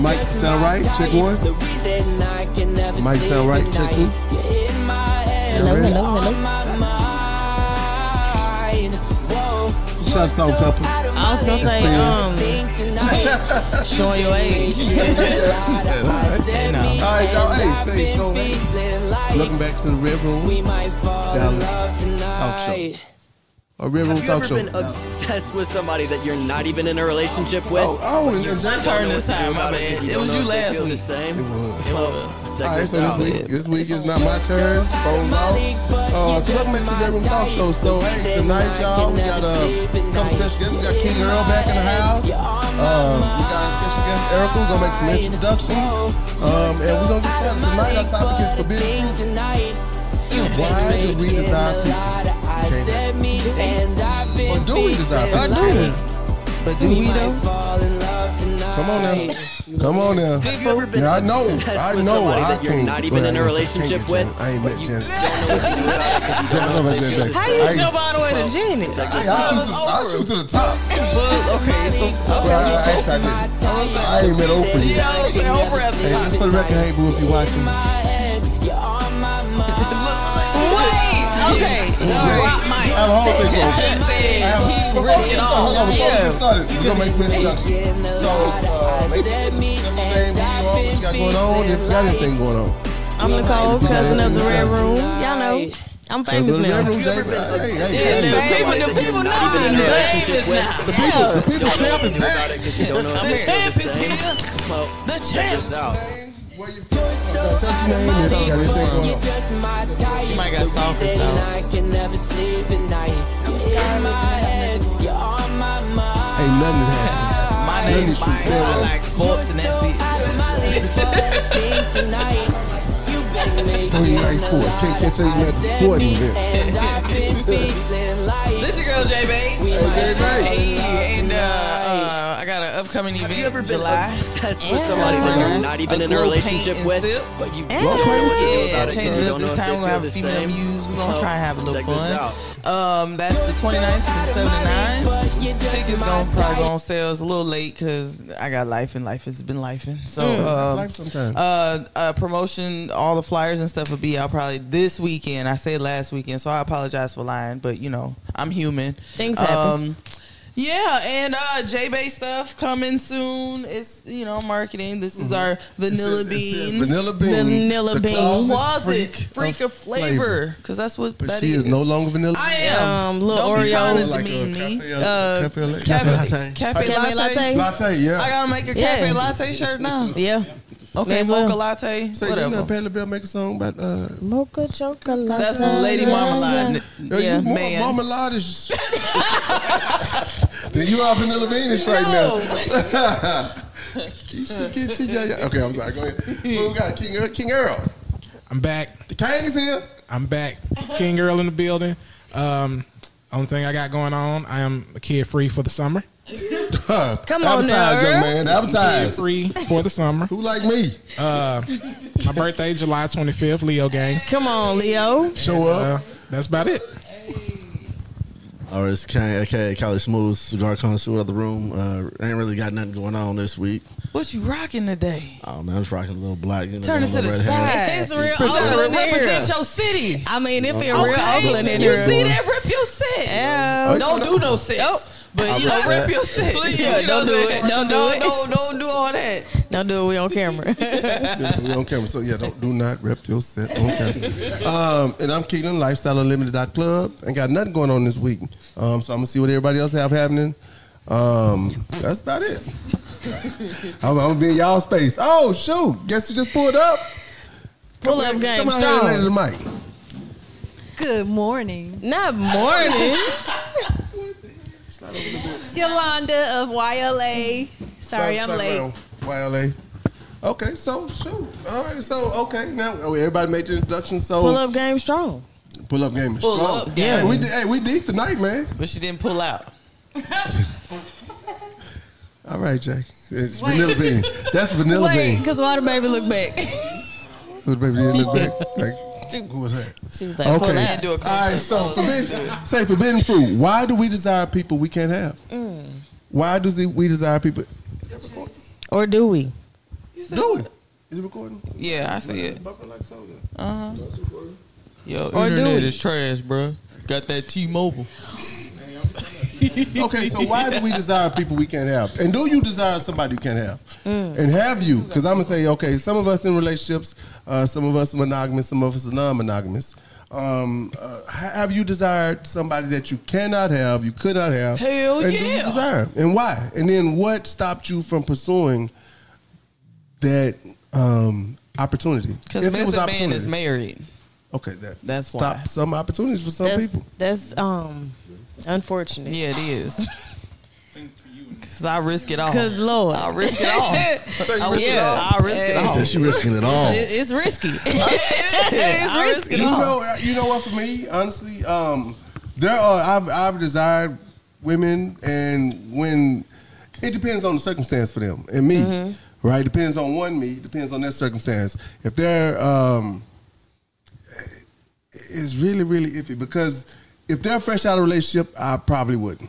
Mike, sound right? Check one. Mike, sound right? Check two. Hello, Alright. hello, hello. Shout out Salt and Pepper. I was gonna say, um, showing your age. All right, y'all. Hey, say so. Welcome back to the Red Room Dallas Talk Show. A Red Room Have you Talk ever Show. been obsessed with somebody that you're not even in a relationship with? Oh, oh, and, and My Jack. turn Know this what to do time, my about it 'cause bad. you It don't was know you if they last feel week. the same. It was. Well, check All right, this so this out. week, this week is not my turn. Phones off. Uh, so welcome back to the Red Room Talk Show. So hey, tonight y'all, we got a couple special guests. We got King Earl back in the house. Um, we got a special guest Erica. We're gonna make some introductions. Um, and we're gonna get started tonight. Our topic is forbidden. fruit. Why do we desire people? Or do we desire people? Or do we? But do we though? Come on now. Come on now. Have you ever been Yeah, I know. obsessed I with know. somebody I that you're can't. not even well, in a I guess I can't relationship get with? Janet. I ain't met Janet. Janet, Don't I'm know at Janet what to do about it 'cause you don't know if you feel the How same. you Hey. jump all the way to Janet? Hey, I shoot, to, I shoot to the top. But, okay, so. Well, I, I actually, I didn't. I ain't met Oprah Yeah, yet. I was like, Oprah at the Hey, top. just for the record, hey, boo, if you watching. Wait, okay. Rock I Mike. have a whole thing for you. Just said, he ripped it Hold on, off. before we get Yeah. started, we're gonna make some introductions. So, uh, make sure you name, what you got going on, if you got anything going on. I'm Nicole, cousin of the Red Room. Y'all know. I'm famous Little now. Red Room, Jay, hey, hey, The hey. people, the people know. Even in a The relationship babe with- is now. People, the people champ is about back. it 'cause you don't know if The you feel champ the is same. here. Well, The check champ. this out. Where you from? Okay, Tell us your name and if you got anything going on. She might got stalkers though. Ain't nothing that happened. My None of name's these Mike. people I say like sports and that's it. Three nice sports. Can't catch you at the sporting event. This your girl, J-Babe. Hey, Jay, Hey, and uh, uh, I got an upcoming event Have you ever been July. obsessed with somebody that you're not even A in a glow paint relationship and with, sip. but you Yeah. don't know what to do Yeah, about it? 'cause change you it don't up know this if they time. feel We're gonna have the a female same. muse. We're gonna Well, try and have a little check this fun. out. Um, that's the 29th and 79. Tickets gonna probably go on sale. It's a little late because I got life and life has been lifing. So um, Life sometimes. Uh, uh, promotion, all the flyers and stuff will be out probably this weekend. I said last weekend, so I apologize for lying, but you know I'm human. Things happen. Um, yeah, and uh, J Bay stuff coming soon. It's you know marketing. This is our vanilla Mm-hmm. It says- it says bean. Vanilla bean. Vanilla the bean. closet Closet freak, of flavor. flavor, because that's what But she Betty is no longer vanilla. I am Um, little Don't be trying Oreo. to demean me. Uh, cafe, latte. Cafe, Cafe cafe, latte. latte. latte, yeah. I gotta make a cafe Yeah. latte shirt now. Yeah. Okay, as well. mocha latte, Say, you know, whatever. Patty LaBelle make a song about uh, Mocha chocolate. That's a Lady Mama line. Yo, Yeah, you, man. man. Marmalade is. Then you are vanilla beanish right now. She- she- she- she- yeah, yeah. okay, I'm sorry. Go ahead. Who we got King uh, King Earl? I'm back. The King is here. I'm back. It's King Earl in the building. Um, only thing I got going on, I am kid free for the summer. Huh. Come on now, Advertise, young Earl. man. Kid Advertise. free for the summer. Who like me? My birthday, July 25th, Leo gang. Come on, Leo. Show Uh, up. that's about it. Or it's Kane, aka College Smooth, Cigar Connoisseur out the room. Uh, ain't really got nothing going on this week. What you rocking today? I don't know, I'm just rocking a little black. You know, Turn it got a to the little red hand. side. It's real Gotta Oakland represent area. your city. I mean, it feel real Okay? Oakland in You see here. that? Rip your set. Yeah. Don't do no sex. But I you know, rip rip that. your set. Please, You know don't do what I'm saying? it. Don't do it. Don't, don't do all that. Don't do it. We on camera. we on camera, so yeah, don't do not rep your set on camera. Um, and I'm Keelan, Lifestyle Unlimited dot Club. Ain't got nothing going on this week, um, so I'm gonna see what everybody else have happening. Um, that's about it. I'm, I'm gonna be in y'all space. Oh shoot! Guess you just pulled up. Pull up game Somebody strong. handed the mic. Good morning. Not morning. It's Yolanda of YLA. Sorry, I'm Start- start late. round. YLA. Okay, so shoot. All right, so okay. Now oh, everybody made the introduction. So Pull up game strong. pull up game. is Pull strong. up Hey, game. we did, hey, we deep tonight, man. But she didn't pull out. All right, Jack. It's vanilla bean. That's vanilla Wait, bean. because why the baby look back? Who the baby did look back? Like, who was that? She was like, pull out. up. Do All a right. So forbidden, say forbidden fruit. Why do we desire people Mm. we can't have? Why does it, we desire people? Or do we? You said, Do it. Is it recording? yeah, I see it. Buffering like soda. Uh huh. Yo, Or do internet it. is trash, bro. Got that T-Mobile. Okay, so why do we desire people we can't have? And do you desire somebody you can't have? Mm. And have you? Because I'm gonna say, okay, some of us in relationships, uh, some of us monogamous, some of us are non-monogamous. Um, uh, ha- have you desired somebody that you cannot have, you could not have? Hell and do you yeah. desire, and why? And then what stopped you from pursuing that um, opportunity? Because Method Man is married. okay, that That's stop why. some opportunities for some That's, people. that's um unfortunate. Yeah, it is. Cause I risk it all. Cause Lord, I risk it all. So you I, risk it all. yeah, I risk it all. Said she risking it all. it- it's risky. I risk it you all. know, uh, you know what? For me, honestly, um, there are I've I've desired women, and when it depends on the circumstance for them and me, Mm-hmm. right? Depends on one me, depends on their circumstance. If they're um, it's really really iffy because if they're fresh out of a relationship, I probably wouldn't.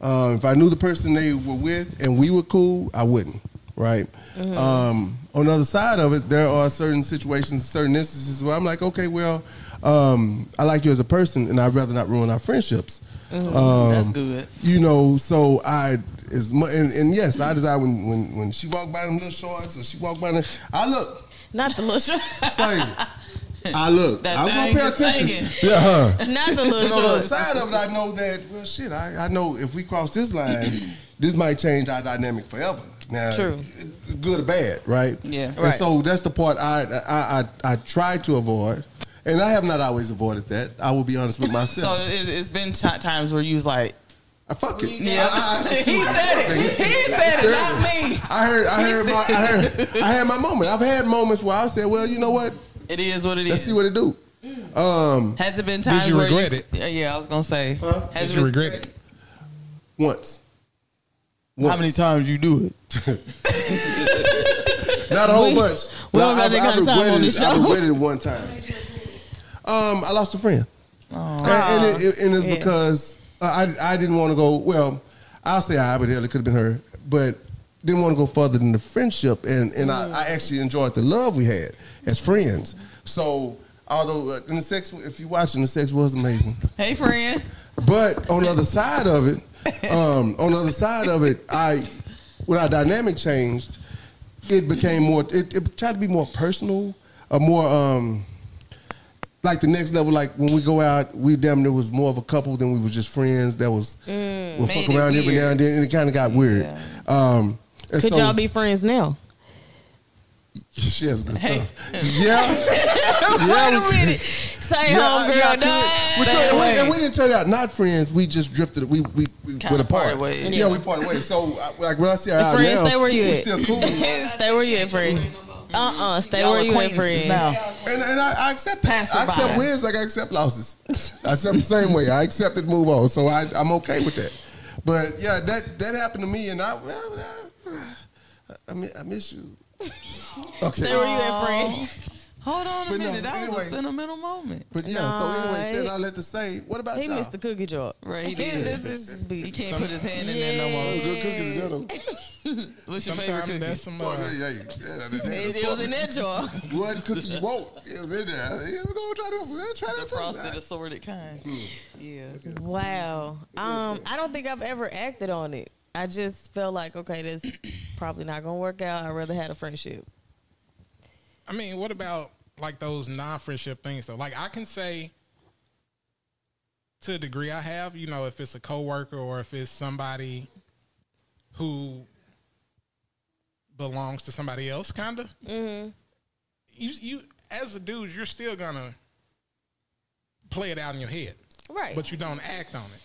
Um, if I knew the person they were with and we were cool, I wouldn't. Right. Um, on the other side of it, there are certain situations, certain instances where I'm like, okay, well, um, I like you as a person, and I'd rather not ruin our friendships. Um, That's good. you know, so I as mu- and, and yes, I desire when, when when she walked by them little shorts or she walked by them, I look. Not the little short. It's like I look. That I'm gonna thing pay is attention. singing. Yeah, huh? Not the little But on the other short. side of it, I know that well, shit. I, I know if we cross this line, this might change our dynamic forever. Now, True. good or bad, right? Yeah. And Right. so that's the part I I I, I try to avoid, and I have not always avoided that. I will be honest with So myself. it, it's been ti times where you was like, I fuck it. yeah, I- I- I- he said it. He said it, not me. I heard, I heard, my, I heard, I had my moment. I've had moments where I said, "Well, you know what? It is what it is. Let's see what it do." Um, Has it been times you where regret you, it? Yeah, yeah, I was gonna say. Huh? Has it Did you been- regret it? once, once. How many times you do it? Not a whole bunch. we don't got that kind of time on regretted this it. I show. regretted it one time. Um, I lost a friend, and, and it, and it's Yeah. because uh, I I didn't want to go. Well, I'll say I, but hell, it could have been her. But didn't want to go further than the friendship, and and I, I actually enjoyed the love we had as friends. So although uh, in the sex, if you're watching, the sex was amazing. Hey, friend. But on the other side of it, um, on the other side of it, I when our dynamic changed, it became more. It, it tried to be more personal, or more um, like the next level. Like when we go out, we damn near was more of a couple than we was just friends. That was we'll fuck Made Mm, it around every weird. now and then, and it kind of got weird. Yeah. Um, and Could so- y'all be friends now? She has good Hey. stuff. Yeah, yeah, we- Say Yeah, home, yeah, girl. I could. we, could. And we- and we didn't turn out not friends. We just drifted. We we, we Kinda went apart. parted ways. Yeah, we parted ways. So I, like when I see her The out friends, now, stay where you we at. still cool. and Stay where you at, friend. Uh uh Stay Y'all where you at, acquaintances friend. now. and I, I accept that. I Passerby. accept wins like I accept losses. I accept the same way. I accept it. Move on. So I I'm okay with that. But yeah, that that happened to me, and I well, I, I, mi- I miss you. Stay where Okay. you at, friend. Hold on a But no, minute. that was anyway. a sentimental moment. But yeah, so anyway, then I let to say, what about He y'all? missed the cookie jar. Right, he did. This is He big. can't put his hand in there no Oh, more. good cookies, you know. What's your favorite Sometimes cookie? that's some. Boy, Uh, yeah, yeah, yeah, that- It it was in that jar. What cookie you want is in there. Yeah, we're gonna try this one. Try the that too. frosted assorted kind. Yeah. Wow. Um, I don't think I've ever acted on it. I just felt like, okay, this probably not gonna work out. I'd rather had a friendship. I mean, what about like those non-friendship things though? Like I can say to a degree I have, you know, if it's a coworker or if it's somebody who belongs to somebody else, kind of. Mm-hmm. You, you as a dude, you're still gonna play it out in your head, Right. but you don't act on it.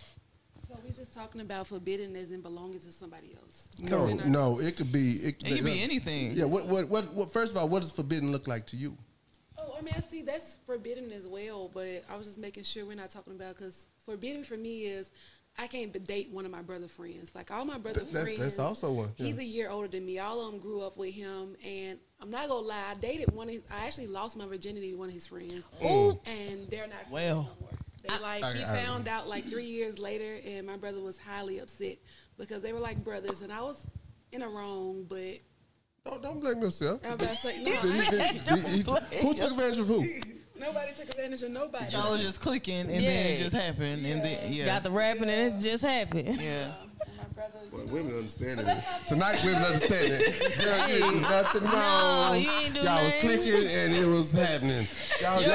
So we're just talking about forbidding as in belonging to somebody else. No, no, it could be. It could It could be anything. Yeah. What, what? What? What? First of all, what does forbidden look like to you? Oh, I mean, I see that's forbidden as well, but I was just making sure we're not talking about because forbidden for me is I can't b- date one of my brother friends. Like all my brother Th- that- friends, that's also one, yeah. He's a year older than me. All of them grew up with him, and I'm not gonna lie, I dated one. Of his, I actually lost my virginity to one of his friends, and they're not friends Well. no more. They like he I- I- found out like three years later, and my brother was highly upset because they were like brothers, and I was in a wrong, but Don't, don't blame yourself. I was about to say, no, You- I- you- you- you- who took advantage of who? nobody took advantage of nobody. I was just clicking, and then it Yeah. just happened, and then yeah, Got the rapping and it just happened. yeah. My brother, Well, women understand it. Tonight, women understand it. Girl, you didn't do nothing wrong. No, you ain't do all was nothing. clicking and it was happening. Y'all, y'all,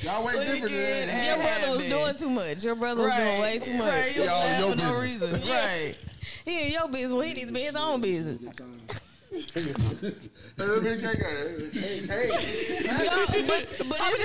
y'all way different it than Your brother was happened. doing too much. Your brother was doing way too much. Right, you Y'all, laugh your for no business. reason. Right. He in your business when he needs to be his own business. But is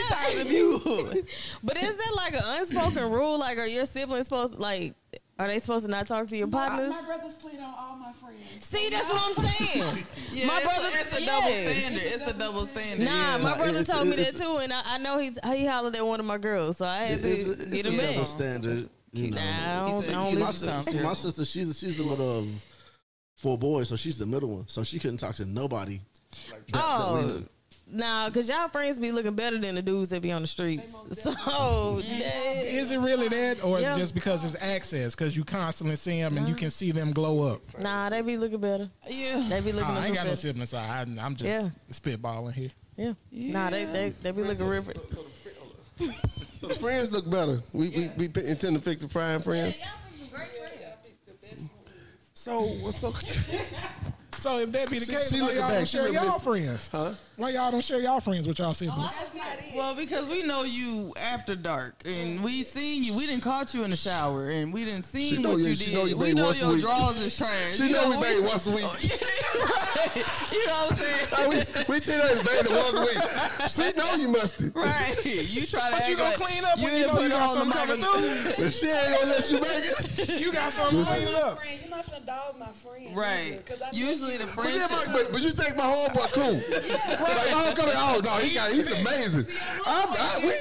that, but is that like an unspoken rule? Like, are your siblings supposed like? Are they supposed to not talk to your partners? my brother slid on all my friends. See, that's what I'm saying. Yeah, My it's brother- a, it's a yeah. double standard. It's a double standard. Nah, yeah. my brother it's- told me it's- that too, and I, I know he's he hollered at one of my girls, so I had to It's, it's, get a him double in. standard. You know. Nah, I don't, said- I don't he See, my, listen. lives down sister, here. my sister, she's she's the little um, four boys, so she's the middle one. So she couldn't talk to nobody. Oh. we knew. Nah, cause y'all friends be looking better than the dudes that be on the streets. So that- Is it really that, or is Yeah. it just because it's access? Because you constantly see them and you can see them glow up. nah, they be looking better. Yeah. They be Nah, looking. I ain't got no better. siblings, so I, I'm just Yeah. spitballing here. yeah. Nah, they they, they be looking real. So the friends look better. We, we, we intend to pick the prime friends. So what's so? So if that be the She- case, she why looking y'all back, don't she share reminiscing. y'all friends? Huh? Why y'all don't share y'all friends with y'all siblings? Well, because we know you after dark, and we seen you. We didn't caught you in the shower, and we didn't see know what you- you she did. know you we bathe know once a your week. drawers is trash. She you know we bathe we- once a week. Oh, You know what I'm saying? we we see that as baby once a week. She know you musty. Right. You try to. But act you gonna like clean up when you done know put you got on the something coming mama- through? But she ain't gonna let you make it. You got something cleaning My up. friend, you're not gonna dog my friend. Right. Because I Usually the But, yeah, friendship. but, but, but you think my homeboy cool? Like my homecoming, oh no, he got he's amazing. I'm, I, we,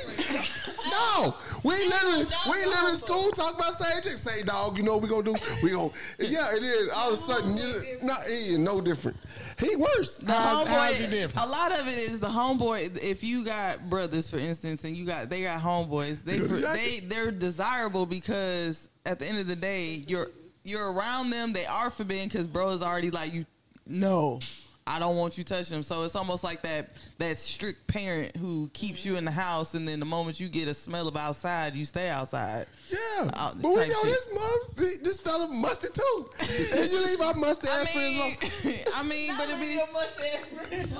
no, we literally we literally in school talk about same chicks. Say dog, you know what we gonna do? We gonna yeah. And then all of a sudden, you not he is no different. He worse. The How's- homeboy, how's he different? a lot of it is the homeboy. If you got brothers, for instance, and you got they got homeboys, they they they're desirable because at the end of the day, you're you're around them. They are forbidden because bro is already like you. No, I don't want you touching them. So it's almost like that that strict parent who keeps you in the house, and then the moment you get a smell of outside, you stay outside. Yeah, Oh, but we type know shit. this month this fella musty too. and you leave our musty I ass friends alone. mean, I mean, but it be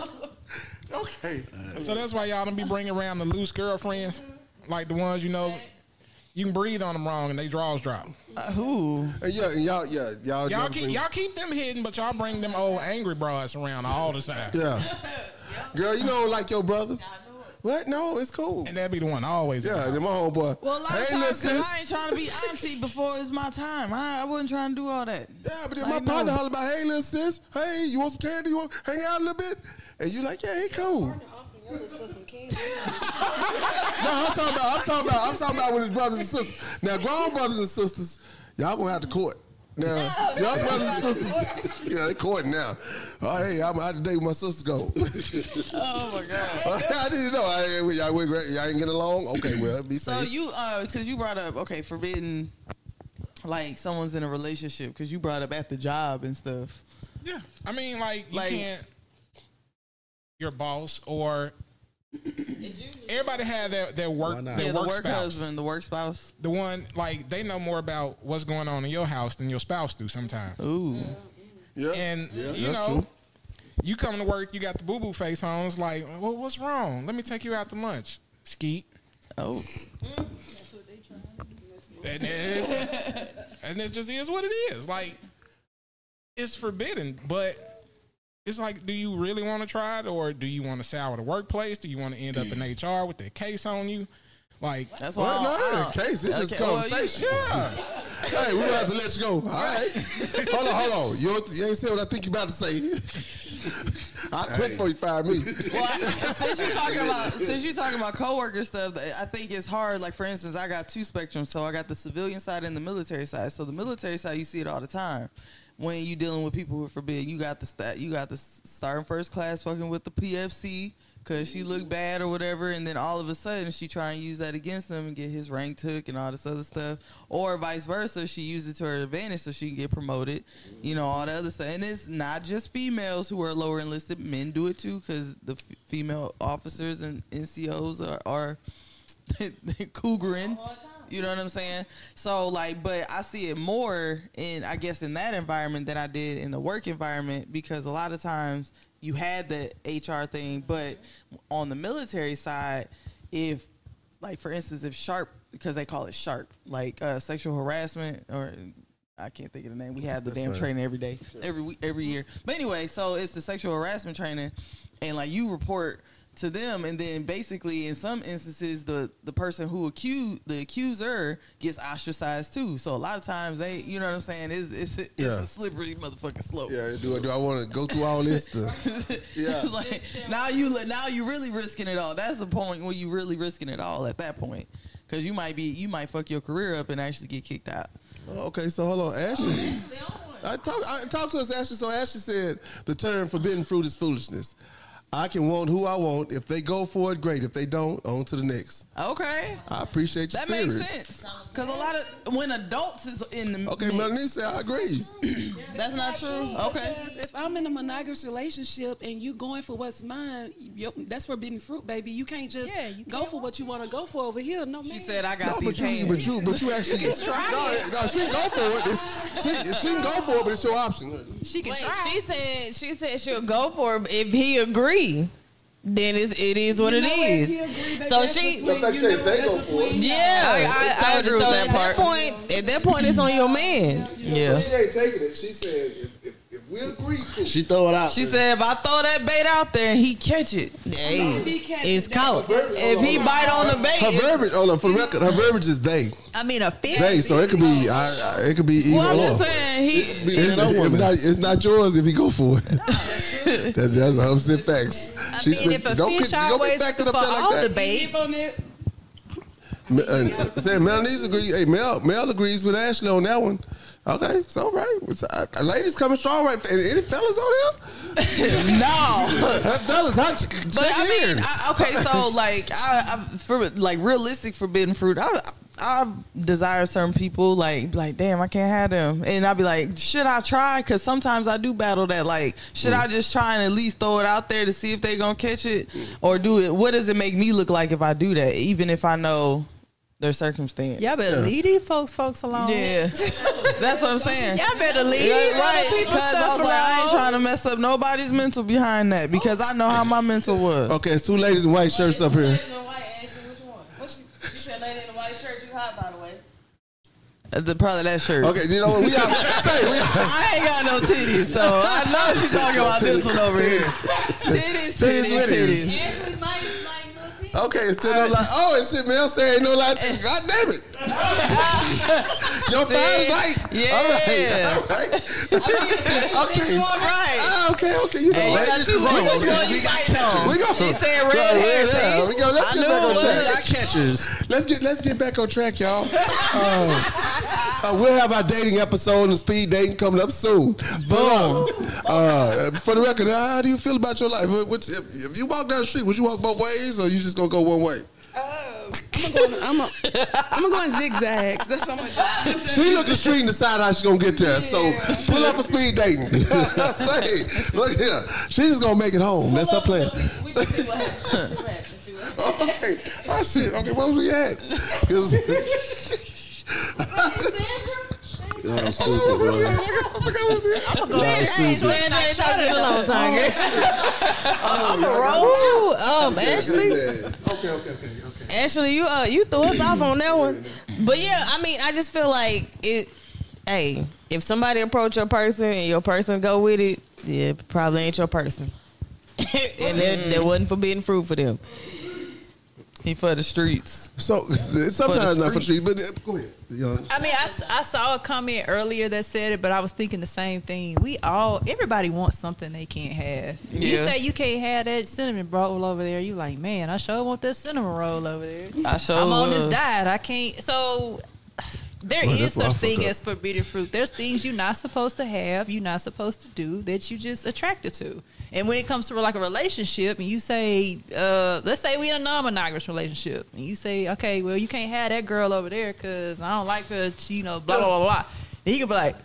Okay, So that's why y'all don't be bringing around the loose girlfriends, like the ones you know. You can breathe on them wrong and they draws drop. who and yeah, and y'all, yeah, y'all, Y'all never keep bring- y'all keep them hidden, but y'all bring them old angry broads around all the time. Yeah. Girl, you don't like your brother? What? No, it's cool. And that'd be the one always. Yeah, then my homeboy. Well, a lot of hey, times, listen. 'cause I ain't trying to be auntie before it's my time. I, I wasn't trying to do all that. Yeah, but then I my know. partner holler about, hey, little sis, hey, you want some candy? You want hang out a little bit? And you like, yeah, he cool. partner offered your little sister candy. No, I'm talking about, I'm talking about, I'm talking about with his brothers and sisters. Now, grown brothers and sisters, y'all gonna have to court. Now, y'all brothers and sisters, yeah, they courting now. Oh, hey, I'm out today with my sister go. Oh my god. I didn't know. I, y'all, went great. y'all ain't getting along? Okay, well, be So safe. you, uh, because you brought up okay, forbidden, like someone's in a relationship. Because you brought up at the job and stuff. Yeah. I mean, like you Like- can't your boss or everybody had their, their work not? their yeah, the work, work spouse. husband, the work spouse. The one like they know more about what's going on in your house than your spouse do sometimes. Ooh, yeah. And Yeah, you know, that's true. you come to work, you got the boo boo face on. It's like, well, what's wrong? Let me take you out to lunch. Skeet. oh, And, it, and it just is what it is. Like, it's forbidden, but it's like, do you really want to try it or do you want to sour the workplace? Do you want to end up in HR with that case on you? Like, that's why. Well, I don't- no, I it ain't a don't- case. It's just uh, conversation. Okay, well, you- yeah. Hey, we have to let you go. All right. hold on, hold on. You, don't- you ain't said what I think you about to say. I quit before you fire me. Well, I- since you're talking about since you're talking about coworker stuff, I think it's hard. Like for instance, I got two spectrums, so I got the civilian side and the military side. So the military side, you see it all the time. When you dealing with people who are forbidden, you got the stat, you got the s- starting first class, fucking with the PFC, because she looked bad or whatever, and then all of a sudden she try and use that against him and get his rank took and all this other stuff, or vice versa, she used it to her advantage so she can get promoted, you know, all the other stuff. And it's not just females who are lower enlisted; men do it too because the f- female officers and NCOs are. are cougaring. You know what I'm saying? So like, but I see it more in I guess in that environment than I did in the work environment because a lot of times you had the HR thing, but on the military side, if like for instance, if sharp because they call it sharp, like uh, sexual harassment or I can't think of the name. We have the damn fine. training every day, every week, every year. But anyway, so it's the sexual harassment training, and like you report to them, and then basically in some instances, the the person who accused the accuser gets ostracized too. So a lot of times they, you know what I'm saying? It's it's, it's Yeah. a slippery motherfucking slope. Yeah, Do I, do I want to go through all this? To, yeah. like now you li- now you really risking it all. That's the point where you really risking it all at that point, because you might be you might fuck your career up and actually get kicked out. Oh, Okay, so hold on, Ashley. I talked I talked to us, Ashley. So Ashley said the term forbidden fruit is foolishness. I can want who I want. If they go for it, great. If they don't, on to the next. Okay, I appreciate your that spirit. makes sense. Because a lot of when adults is in the Okay, mix, Melanie said I agree. that's not true. Okay. Because if I'm in a monogamous relationship and you going for what's mine, yo- that's forbidden fruit, baby. You can't just Yeah, you go for what you want to go for over here. No, She man. said, "I No, got but these you, but hands." you, but you actually No, no, she can go for it. It's, she, she can go for it, but it's your option. She can Wait, try. she said she said she'll go for him if he agree. Then it's, it is what You it know what? is. He agreed, baby. So That's she- between- That's you like know they what? go That's for it. between Yeah, I- I So- agree with so that at part. That point, at that point, it's on your man. Yeah. She ain't taking it. She said if, if, if we agree, cool. She throw it out. She said, "If I throw that bait out there and he catch it, Hey, it's caught. if he bite on the bait, her it's- verbiage, hold on, for the record, her verbiage is they. I mean, a fish. They, so it could be, I, I, it could be either well, I'm or. just saying he." It's, Man, I it's woman. not, it's not yours if you go for it. that's that's a hundred facts. I She mean, if a fish always for all the bait, Me- uh, Say Melanie's agree. Hey, Mel, Mel agrees with Ashley on that one. Okay, so right, It's- uh, ladies coming strong, right? And Any fellas on no. there? Hey, fellas, how ch- check But I in. mean, I, okay, so like, I, I for like realistic forbidden fruit, I, I desire certain people like, like, damn, I can't have them, and I'd be like, should I try? Because sometimes I do battle that, like, should Mm. I just try and at least throw it out there to see if they gonna catch it, or do it? What does it make me look like if I do that, even if I know their circumstance? y'all better leave these folks, folks alone. Yeah, that's what I'm saying. Y'all better leave. Yeah, these other right, people's because I stuff was like, I ain't alone. trying to mess up nobody's mental behind that because I know how my mental was. okay, it's two ladies in white shirts up here. The, probably that shirt. Okay, you know what? We out. Say, we out. I ain't got no titties, so I know she's talking about this one over here. Titties, Titties, titties, titties. titties. Okay, it's still no lie. Oh, and shit, Mel said ain't no lie to you. God damn it. Your fine is right. Yeah. All right. All right. okay. All right. Ah, okay, okay. You know, Hey, you got ladies, two- come on. you Okay, got one, we you got got two. We go. She said red hair. hair, see? We go. Let's I get knew back it on was. track. I catches. Let's get let's get back on track, y'all. Uh, uh, we'll have our dating episode and speed dating coming up soon. Boom. Uh, for the record, how do you feel about your life? What- what- if, if you walk down the street, would you walk both ways, or you just gonna go one way? Oh, I'm a- I'm going zigzags. That's what I'm going to She look at the street and decide how she gonna get there. So pull up for speed dating. Say, look here, she just gonna make it home. That's her plan. Okay, oh shit. Okay, where was we at? 'Cause- Y'all stupid, bro. I forgot what we were at. Y'all stupid. Oh, um, Ashley, Okay, okay, okay, okay. Ashley, you uh, you threw us off on that one. But yeah, I mean, I just feel like it. Hey, if somebody approach your person and your person go with it, yeah, probably ain't your person. and that, that wasn't forbidden fruit for them. He for the streets. So it's sometimes not for trees, streets. but uh, go ahead. Young. I mean, I, s- I saw a comment earlier that said it, but I was thinking the same thing. We all, everybody wants something they can't have. You Yeah. say you can't have that cinnamon roll over there. You like, man, I sure want that cinnamon roll over there. I sure I'm on was. this diet. I can't. So There uh, is Well, that's what such I fuck thing up. as forbidden fruit. There's things you're not supposed to have, you're not supposed to do that you just attracted to. And when it comes to like a relationship, and you say, uh, let's say we in a non-monogamous relationship, and you say, okay, well you can't have that girl over there because I don't like her, she, you know, blah blah blah blah. And you can be like,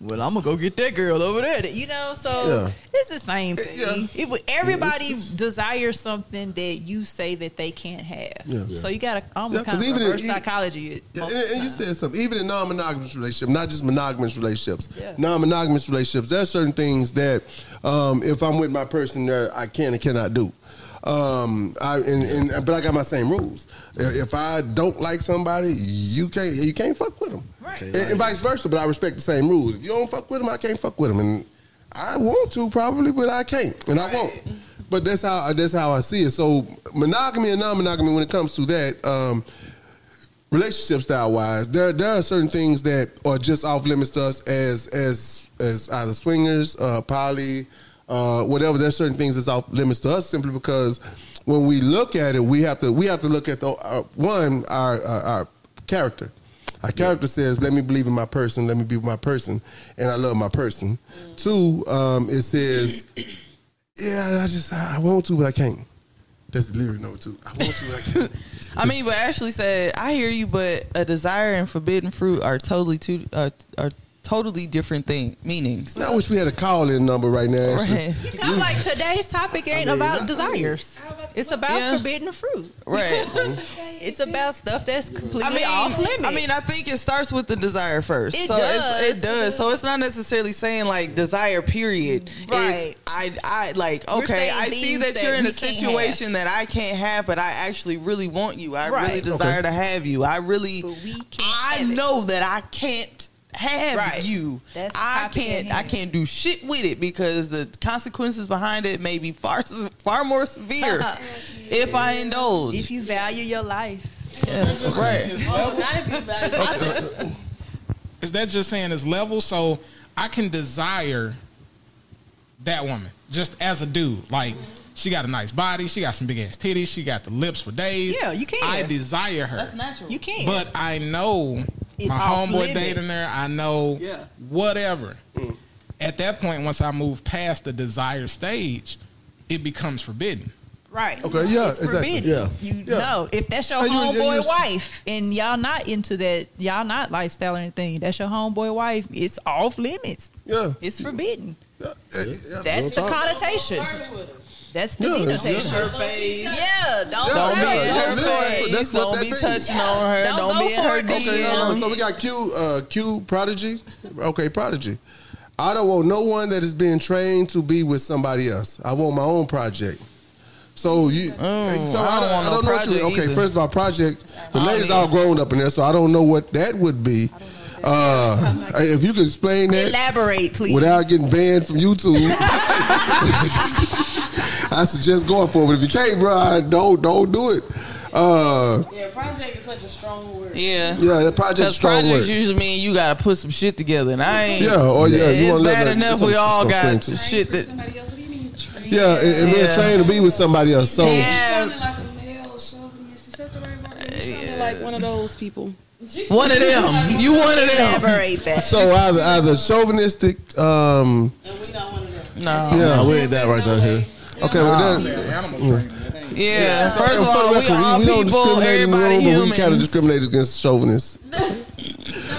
well I'm gonna go get that girl over there, you know. So Yeah. Eh, it's the same thing. Yeah. It would- everybody Yeah, it's- it's- desires something that you say that they can't have. Yeah. Yeah. So you gotta almost Yeah, kind 'cause of even reverse if- psychology. it Yeah, most and, of the and you time. said something. Even in non-monogamous relationship, not just monogamous relationships, Yeah. non-monogamous relationships, there are certain things that um, if I'm with my person, there I can and cannot do. Um, I and, and but I got my same rules. If if I don't like somebody, you can't you can't fuck with them, Right. and, and vice versa. But I respect the same rules. If you don't fuck with them, I can't fuck with them, and I want to probably, but I can't, and I won't. But that's how that's how I see it. So monogamy and non-monogamy, when it comes to that. Um, relationship style wise, there there are certain things that are just off limits to us as as as either swingers, uh, poly, uh, whatever. There's certain things that's off limits to us simply because when we look at it, we have to we have to look at the uh, one our our, our character. Our character says, "Let me believe in my person. Let me be my person, and I love my person." Two, um, it says, "Yeah, I just I I want to, but I can't." That's the lyric number two. I want to, but I can't. I mean, but Ashley said, "I hear you, but a desire and forbidden fruit are totally two uh, are totally different thing meanings." I wish we had a call in number right now. Ashley. Right, I like today's topic ain't I mean, about I- desires. It's about Yeah. forbidden fruit. right. It's about stuff that's completely I mean, off limits. I mean, I think it starts with the desire first. It so It's, does. it does. So it's not necessarily saying like desire. Period. Right. It's, I I like We're okay. saying I see things that, that you're in we a can't situation have. that I can't have, but I actually really want you. I really Right. desire to have you. I really. But we can't I have it. know that I can't have Right. you. That's the I topic at can't. I hand. can't do shit with it because the consequences behind it may be far far more severe if I indulge. if you value your life, right. Is level- Is that just saying it's level? So I can desire that woman just as a dude. Like she got a nice body, she got some big ass titties, she got the lips for days. Yeah, you can. I desire her. That's natural. you can't. But I know It's my off homeboy limits. dating her. I know Yeah. whatever. At that point, once I move past the desired stage, it becomes forbidden. right. Okay, yeah, it's exactly. forbidden. Yeah. You Yeah. know, if that's your And you- and homeboy you're- wife and y'all not into that, y'all not lifestyle or anything, that's your homeboy wife, it's off limits. Yeah. It's forbidden. Yeah, yeah, yeah. That's the talk. connotation. That's the Yeah, yeah. denotation. Her face. Yeah, don't, Don't Don't be Yeah, in her that's what- face. that's what don't that be means. touching on her. Don't Don't, go be in for her it, don't Okay, hold on. DMs. So we got Q, uh, Q Prodigy. Okay, Prodigy. I don't want no one that is being trained to be with somebody else. I want my own project. So you, so I I don't, don't want I no don't know. What you, project okay, either. first of all, project. The I don't ladies either. all grown up in there, so I don't know what that would be. Uh, if you could explain that, Elaborate, please. without getting banned from YouTube. I suggest going for it. But if you can't, bro, I- don't don't do it. Uh, Yeah, project is such a strong word. yeah. yeah, that project's a Because strong projects word. usually mean you gotta put some shit together, and I ain't. Yeah, oh, yeah, you wanna It's let bad that- enough some- we all some got strength. shit that. Somebody else. What do you mean? Trained? yeah, and, and being Yeah. trained to be with somebody else. So Sounded like a male chauvinist. Is that the right word? You sounded like one of those people. One of them. You one of them. Elaborate that. so either either chauvinistic. Um, And we don't want to know. No. yeah. Nah, we ain't Oh, that right there. Here. Oh, Okay, well then. Yeah. First and of for the all, we record, all don't people. discriminate in the Everybody room, but we kind of humans. discriminate against chauvinists.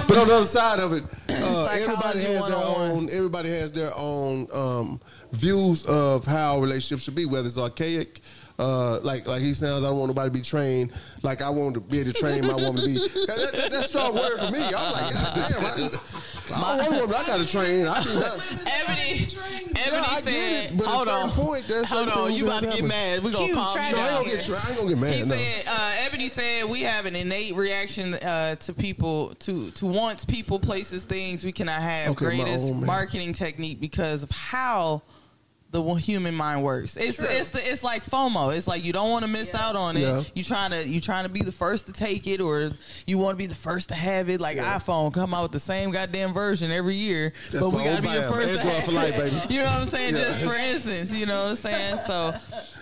but on the other side of it, uh, everybody Psychology has their 101. own. Everybody has their own um, views of how relationships should be, whether it's archaic. Uh, like like he sounds, I don't want nobody to be trained. Like I want to be able to train my woman to be. That, that, that's a strong word for me. I'm like, God damn, I, I don't want a woman. I got to train. I do not. Ebony. Trained. Yeah, Ebony I get said, it, but "Hold at a certain on, point, there's hold certain on. things You that about to get happen. mad? We gonna Q, calm try you No, I down." ain't gonna get tra- I ain't gonna get mad. He no. said, uh, Ebony said, we have an innate reaction uh, to people, to, to wants, people, places, things we cannot have. Okay, my Greatest old man. marketing technique because of how the wo- human mind works. It's it's the, it's like FOMO. It's like you don't want to miss out on it. Yeah. You trying to you trying to be the first to take it, or you want to be the first to have it. Like iPhone come out with the same goddamn version every year, That's but my we gotta old be the bio. first. To Android have for life, it. baby. You know what I'm saying? Yeah. Just for instance, you know what I'm saying. So,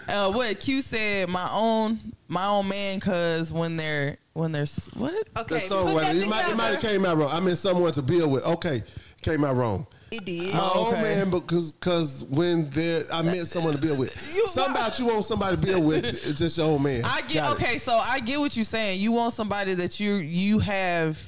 uh, what Q said, my own my own man, cause when they're when they're s- what Okay, That song put was that it might, it might have together. came out wrong. I mean, someone to build with. Okay, came out wrong. It did. Oh, okay. man, because because when there, I meant someone to build with. You- Something about you want somebody to build with. It's just your old man. I get Got it. okay, so I get what you're saying. You want somebody that you you have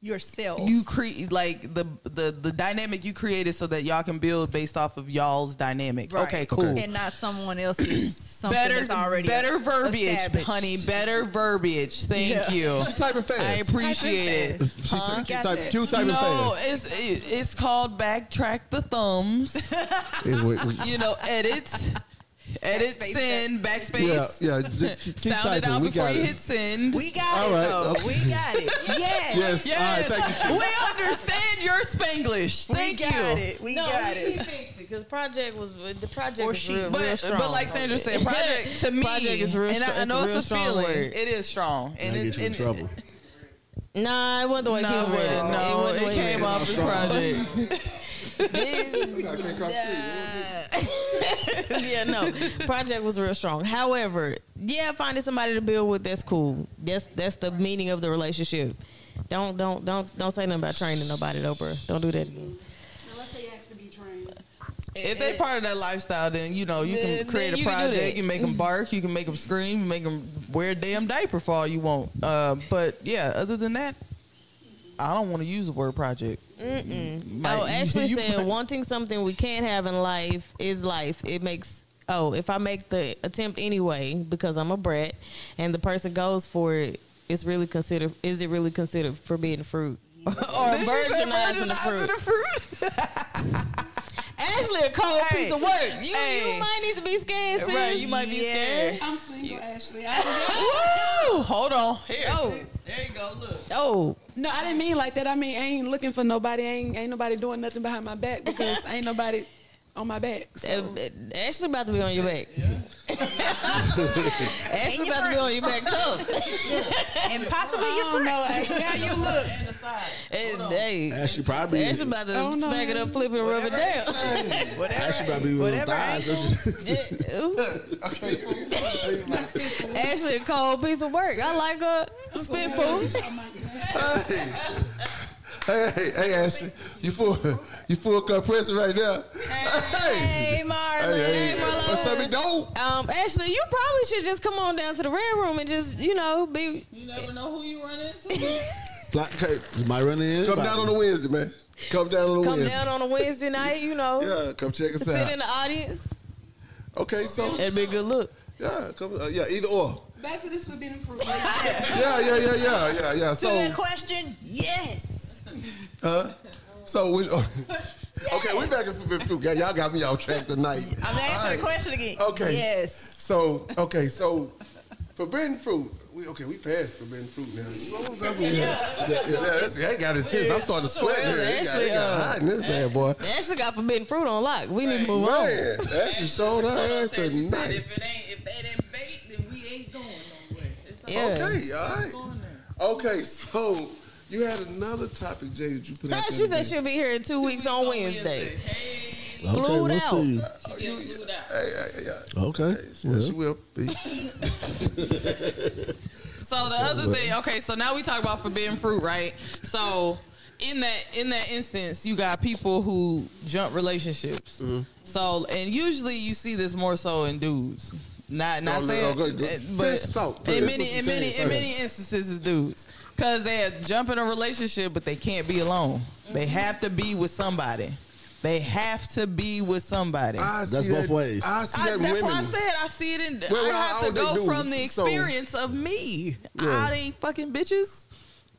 Yourself. you create like the the the dynamic you created so that y'all can build based off of y'all's dynamic. Right. Okay, cool. and not someone else's something Better that's already better verbiage, established. honey. Better verbiage. Thank Yeah. you. She typing fast. I appreciate it. She type, Got type, that. Q typing No, fast. it's it, it's called backtrack the thumbs. It wa- it- You know, edit, edit, Backspace, send, yeah, backspace. yeah. Just keep Sound it typing. out we before got you it. hit send. We got All it right, though. okay. We got it. Yes. yes. All Yes, right. Thank you. Q. we understand your Spanglish. We Thank got you. it. We no, got he, he it. fixed it because project was the project Or was she. real, But, real strong. but like Sandra said, project to me, Project is real and str- I, it's I a know real it's a strong feeling. word. It is strong, and I it's get you in and- trouble. nah, it wasn't the way No, he it read. wasn't. no, wasn't the it way he came read. off the project. yeah, no. Project was real strong. However, yeah, finding somebody to build with that's cool. That's that's the meaning of the relationship. Don't don't don't don't say nothing about training nobody though, bro. Don't do that again. Unless they ask to be trained. If they part of that lifestyle, then you know you Then- can create then a you can do project. that. You make them bark. You can make them scream. You make them wear a damn diaper for all you want. Uh, but yeah, other than that, I don't want to use the word project. Might- oh, Ashley you said might- wanting something we can't have in life is life. It makes oh, if I make the attempt anyway because I'm a brat, and the person goes for it, it's really considered. Is it really considered forbidden fruit or Did you say virginizing the virginizing fruit? the fruit? Ashley, a cold Hey, piece of work. You, hey. you might need to be scared, sis. Right, you might be scared. I'm single, Ashley. I don't Woo! Hold on. Here. Oh. There you go. Look. Oh, No, I didn't mean like that. I mean, I ain't looking for nobody. I ain't ain't nobody doing nothing behind my back because I ain't nobody on my back. So. uh, Ashley about to be on your back. Ashley about to be on your back tough. And possibly I your don't Um, friend. know. Ashley, how you look? And the side. And, hey, Ashley probably. Ashley about to Oh, no. smack it up, flip it, and rub it down. Ashley probably with them thighs. don't you? Ashley, a cold piece of work. I like her spit food. Hey, hey, hey, Ashley. You full, you full cup pressing right now. Hey, Hey, Marlon. hey, Marlo. what's up, big dog? Um, Ashley, you probably should just come on down to the red room and just, you know, be. You never know who you run into. Fly- okay, you might run in. Come down on a Wednesday, man. Come down on a Come Wednesday. down on a Wednesday night, you know, yeah, come check us sit out. in the audience. Okay, so That'd be a good look. yeah, come uh, yeah, either or. Back to this forbidden fruit. Yeah, yeah, yeah, yeah, yeah, yeah. To So, that question, yes. huh? So we okay, we back in forbidden fruit. Yeah, Y'all got me off track tonight. I'm asking All the right. question again. Okay. Yes. So okay, so forbidden fruit. We, okay, we passed forbidden fruit now. What was up with that? Yeah, yeah, that's, that got intense. I'm starting to sweat here. It got, Ashley, it got uh, hot in this bad boy. Ashley got forbidden fruit on lock. We need to move on. Man, Ashley showed her ass tonight. it ain't, if they didn't bait, then we ain't going nowhere. It's Yeah. Okay, all right. Okay, so you had another topic, Jay, that you put out. she the other said she'll be here in two, weeks, on Wednesday. Okay, Glued we'll out. see. day. You- Hey, hey, hey, hey. Okay. Yeah, well. she will be. So the other thing, okay, so now we talk about forbidden fruit, right? So in that in that instance, you got people who jump relationships. Mm-hmm. So and usually you see this more so in dudes. Not not Oh, saying, eh, okay, good. but First thought, in first. many in That's what many you said in many instances is dudes because they jump in a relationship, but they can't be alone. They have to be with somebody. They have to be with somebody. I see That's that, both ways. I see I, that that's women. why I said I see it in. Well, well, I have all to they go do from is- the so- experience of me. Yeah. I ain't fucking bitches.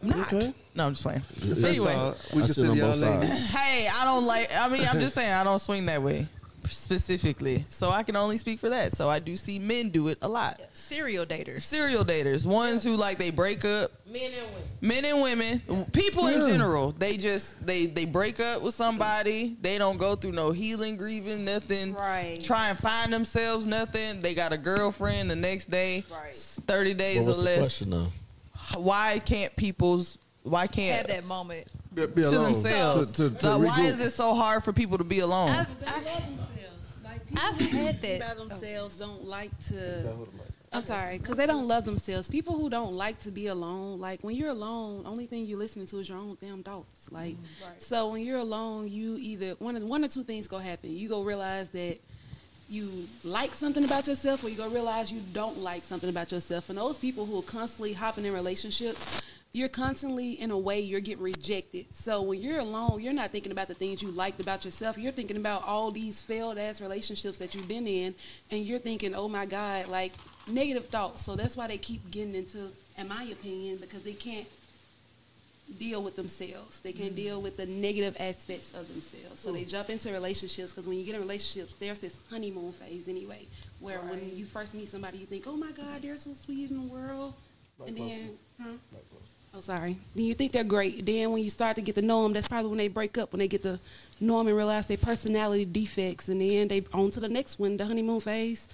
Not. Okay. No, I'm just playing. That's anyway, all. we I just sit sit on y'all both ladies. sides. hey, I don't like. I mean, I'm just saying I don't swing that way. specifically. So I can only speak for that. So I do see men do it a lot. Serial daters. Serial daters, ones who like they break up, Men and women. men and women, people in Yeah. general, they just they they break up with somebody. They don't go through no healing, grieving, nothing. Right. Try and find themselves, nothing. They got a girlfriend the next day. Right. Thirty days What was or the less. question though? Why can't people's why Have can't that moment. Be, be to themselves? To, to, to Like, why regroup. is it so hard for people to be alone? I've, They I've, love themselves. Like people I've had who that. by themselves don't like to. I'm sorry, because they don't love themselves. People who don't like to be alone, like when you're alone, only thing you're listening to is your own damn thoughts. Like, Mm, so when you're alone, you either one of one or two things go happen. You go realize that you like something about yourself, or you go realize you don't like something about yourself. And those people who are constantly hopping in relationships, you're constantly in a way you're getting rejected. So when you're alone, you're not thinking about the things you liked about yourself. You're thinking about all these failed ass relationships that you've been in, and you're thinking, oh my god, like negative thoughts. So that's why they keep getting into, in my opinion, because they can't deal with themselves. They can't deal with the negative aspects of themselves. So they jump into relationships because when you get in relationships, there's this honeymoon phase anyway, where when you first meet somebody, you think, oh my God, they're so sweet in the world. and then, huh? Oh, sorry. Then you think they're great. Then when you start to get to know them, that's probably when they break up, when they get to know them and realize their personality defects. And then they on to the next one, the honeymoon phase,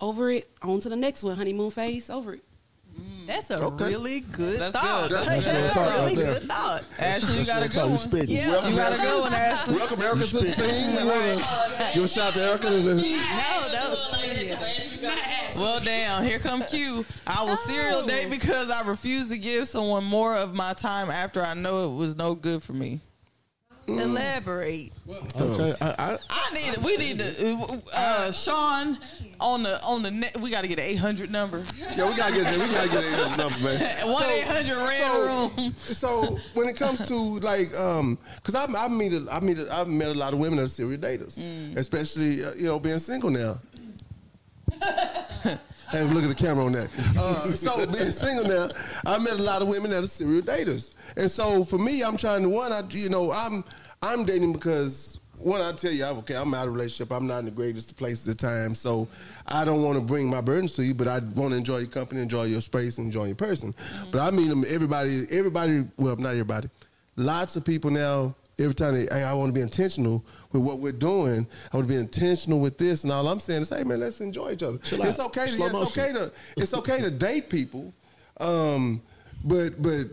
over it, on to the next one, honeymoon phase, over it. That's a Okay. really good That's thought. good. That's what I'm That's talking a about really there. good thought. Ashley, you got a That's what good I'm talking. one. You Yeah. speaking. Welcome, You got a Erica. good one, Ashley. Welcome, Erica, to the team. We want to give a shout out to Erica. To the, No, that was yeah. Well, damn, here come Q. I will serial Oh. date because I refuse to give someone more of my time after I know it was no good for me. Elaborate. okay, I, I need we need to uh, Sean on the on the net. We got to get an eight hundred number. I, yeah, we gotta get there. We gotta get there. This number, man. One eight hundred so- red room. so when it comes to like, um, because I, I meet, a, I meet, a, I've met a lot of women that are serial daters, Mm. especially uh, you know being single now. Hey, look at the camera on that. Uh, so being single now, I met a lot of women that are serial daters, and so for me, I'm trying to one. I you know I'm I'm dating because one I tell you I'm okay. I'm out of relationship. I'm not in the greatest place at the time, so I don't want to bring my burdens to you, but I want to enjoy your company, enjoy your space, and enjoy your person. But I mean, everybody, everybody. Well, not everybody. Lots of people now. Every time they, hey, I want to be intentional with what we're doing. I want to be intentional with this, and all I'm saying is, hey man, let's enjoy each other. Chill it's out. okay. To, Slow yeah, it's motion. okay to it's okay to date people, um, but but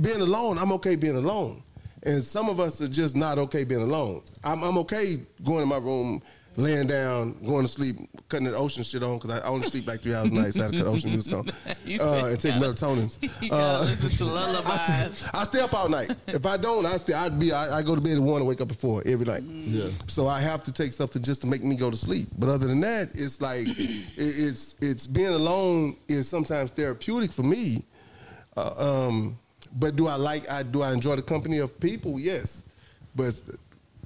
being alone, I'm okay being alone. And some of us are just not okay being alone. I'm, I'm okay going in my room, laying down, going to sleep, cutting the ocean shit on because I only sleep like three hours a night. So I had to cut ocean music on You uh, said and take melatonins. You Uh, gotta listen to lullabies. I stay up all night. If I don't, I stay. I'd be. I, I go to bed at one and wake up at four every night. Mm. Yeah. So I have to take something just to make me go to sleep. But other than that, it's like it, it's it's being alone is sometimes therapeutic for me. Uh, um, but do I like? I do. I enjoy the company of people. Yes. But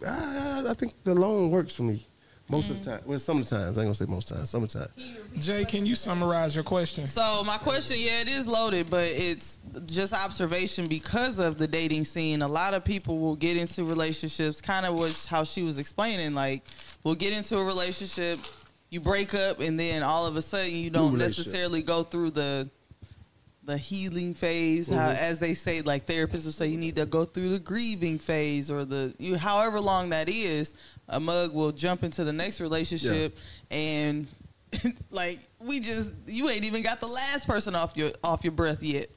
I, I think the alone works for me most of the Mm. time. Well, some of the times. I ain't gonna say most times. Some of the time. Jay, can you summarize your question? So my question, yeah, it is loaded, but it's just observation because of the dating scene. A lot of people will get into relationships, kind of was how she was explaining. Like, will get into a relationship, you break up, and then all of a sudden you don't relationship. necessarily go through the the healing phase, how, as they say, like therapists will say, you need to go through the grieving phase or the you, however long that is. A mug will jump into the next relationship, and like we just you ain't even got the last person off your off your breath yet.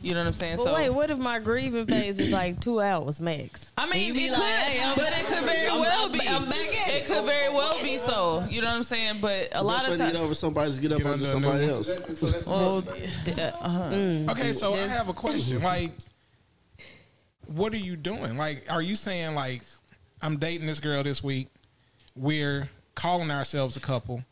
You know what I'm saying? But so wait, what if my grieving phase is like two hours max? I mean, And you it could, but it could very well be. it. could very well be so. You know what I'm saying? But a lot of times, over somebody, just get up Get under under a new somebody one. else. well, Okay, so I have a question. Like, what are you doing? Like, are you saying like I'm dating this girl this week? We're calling ourselves a couple.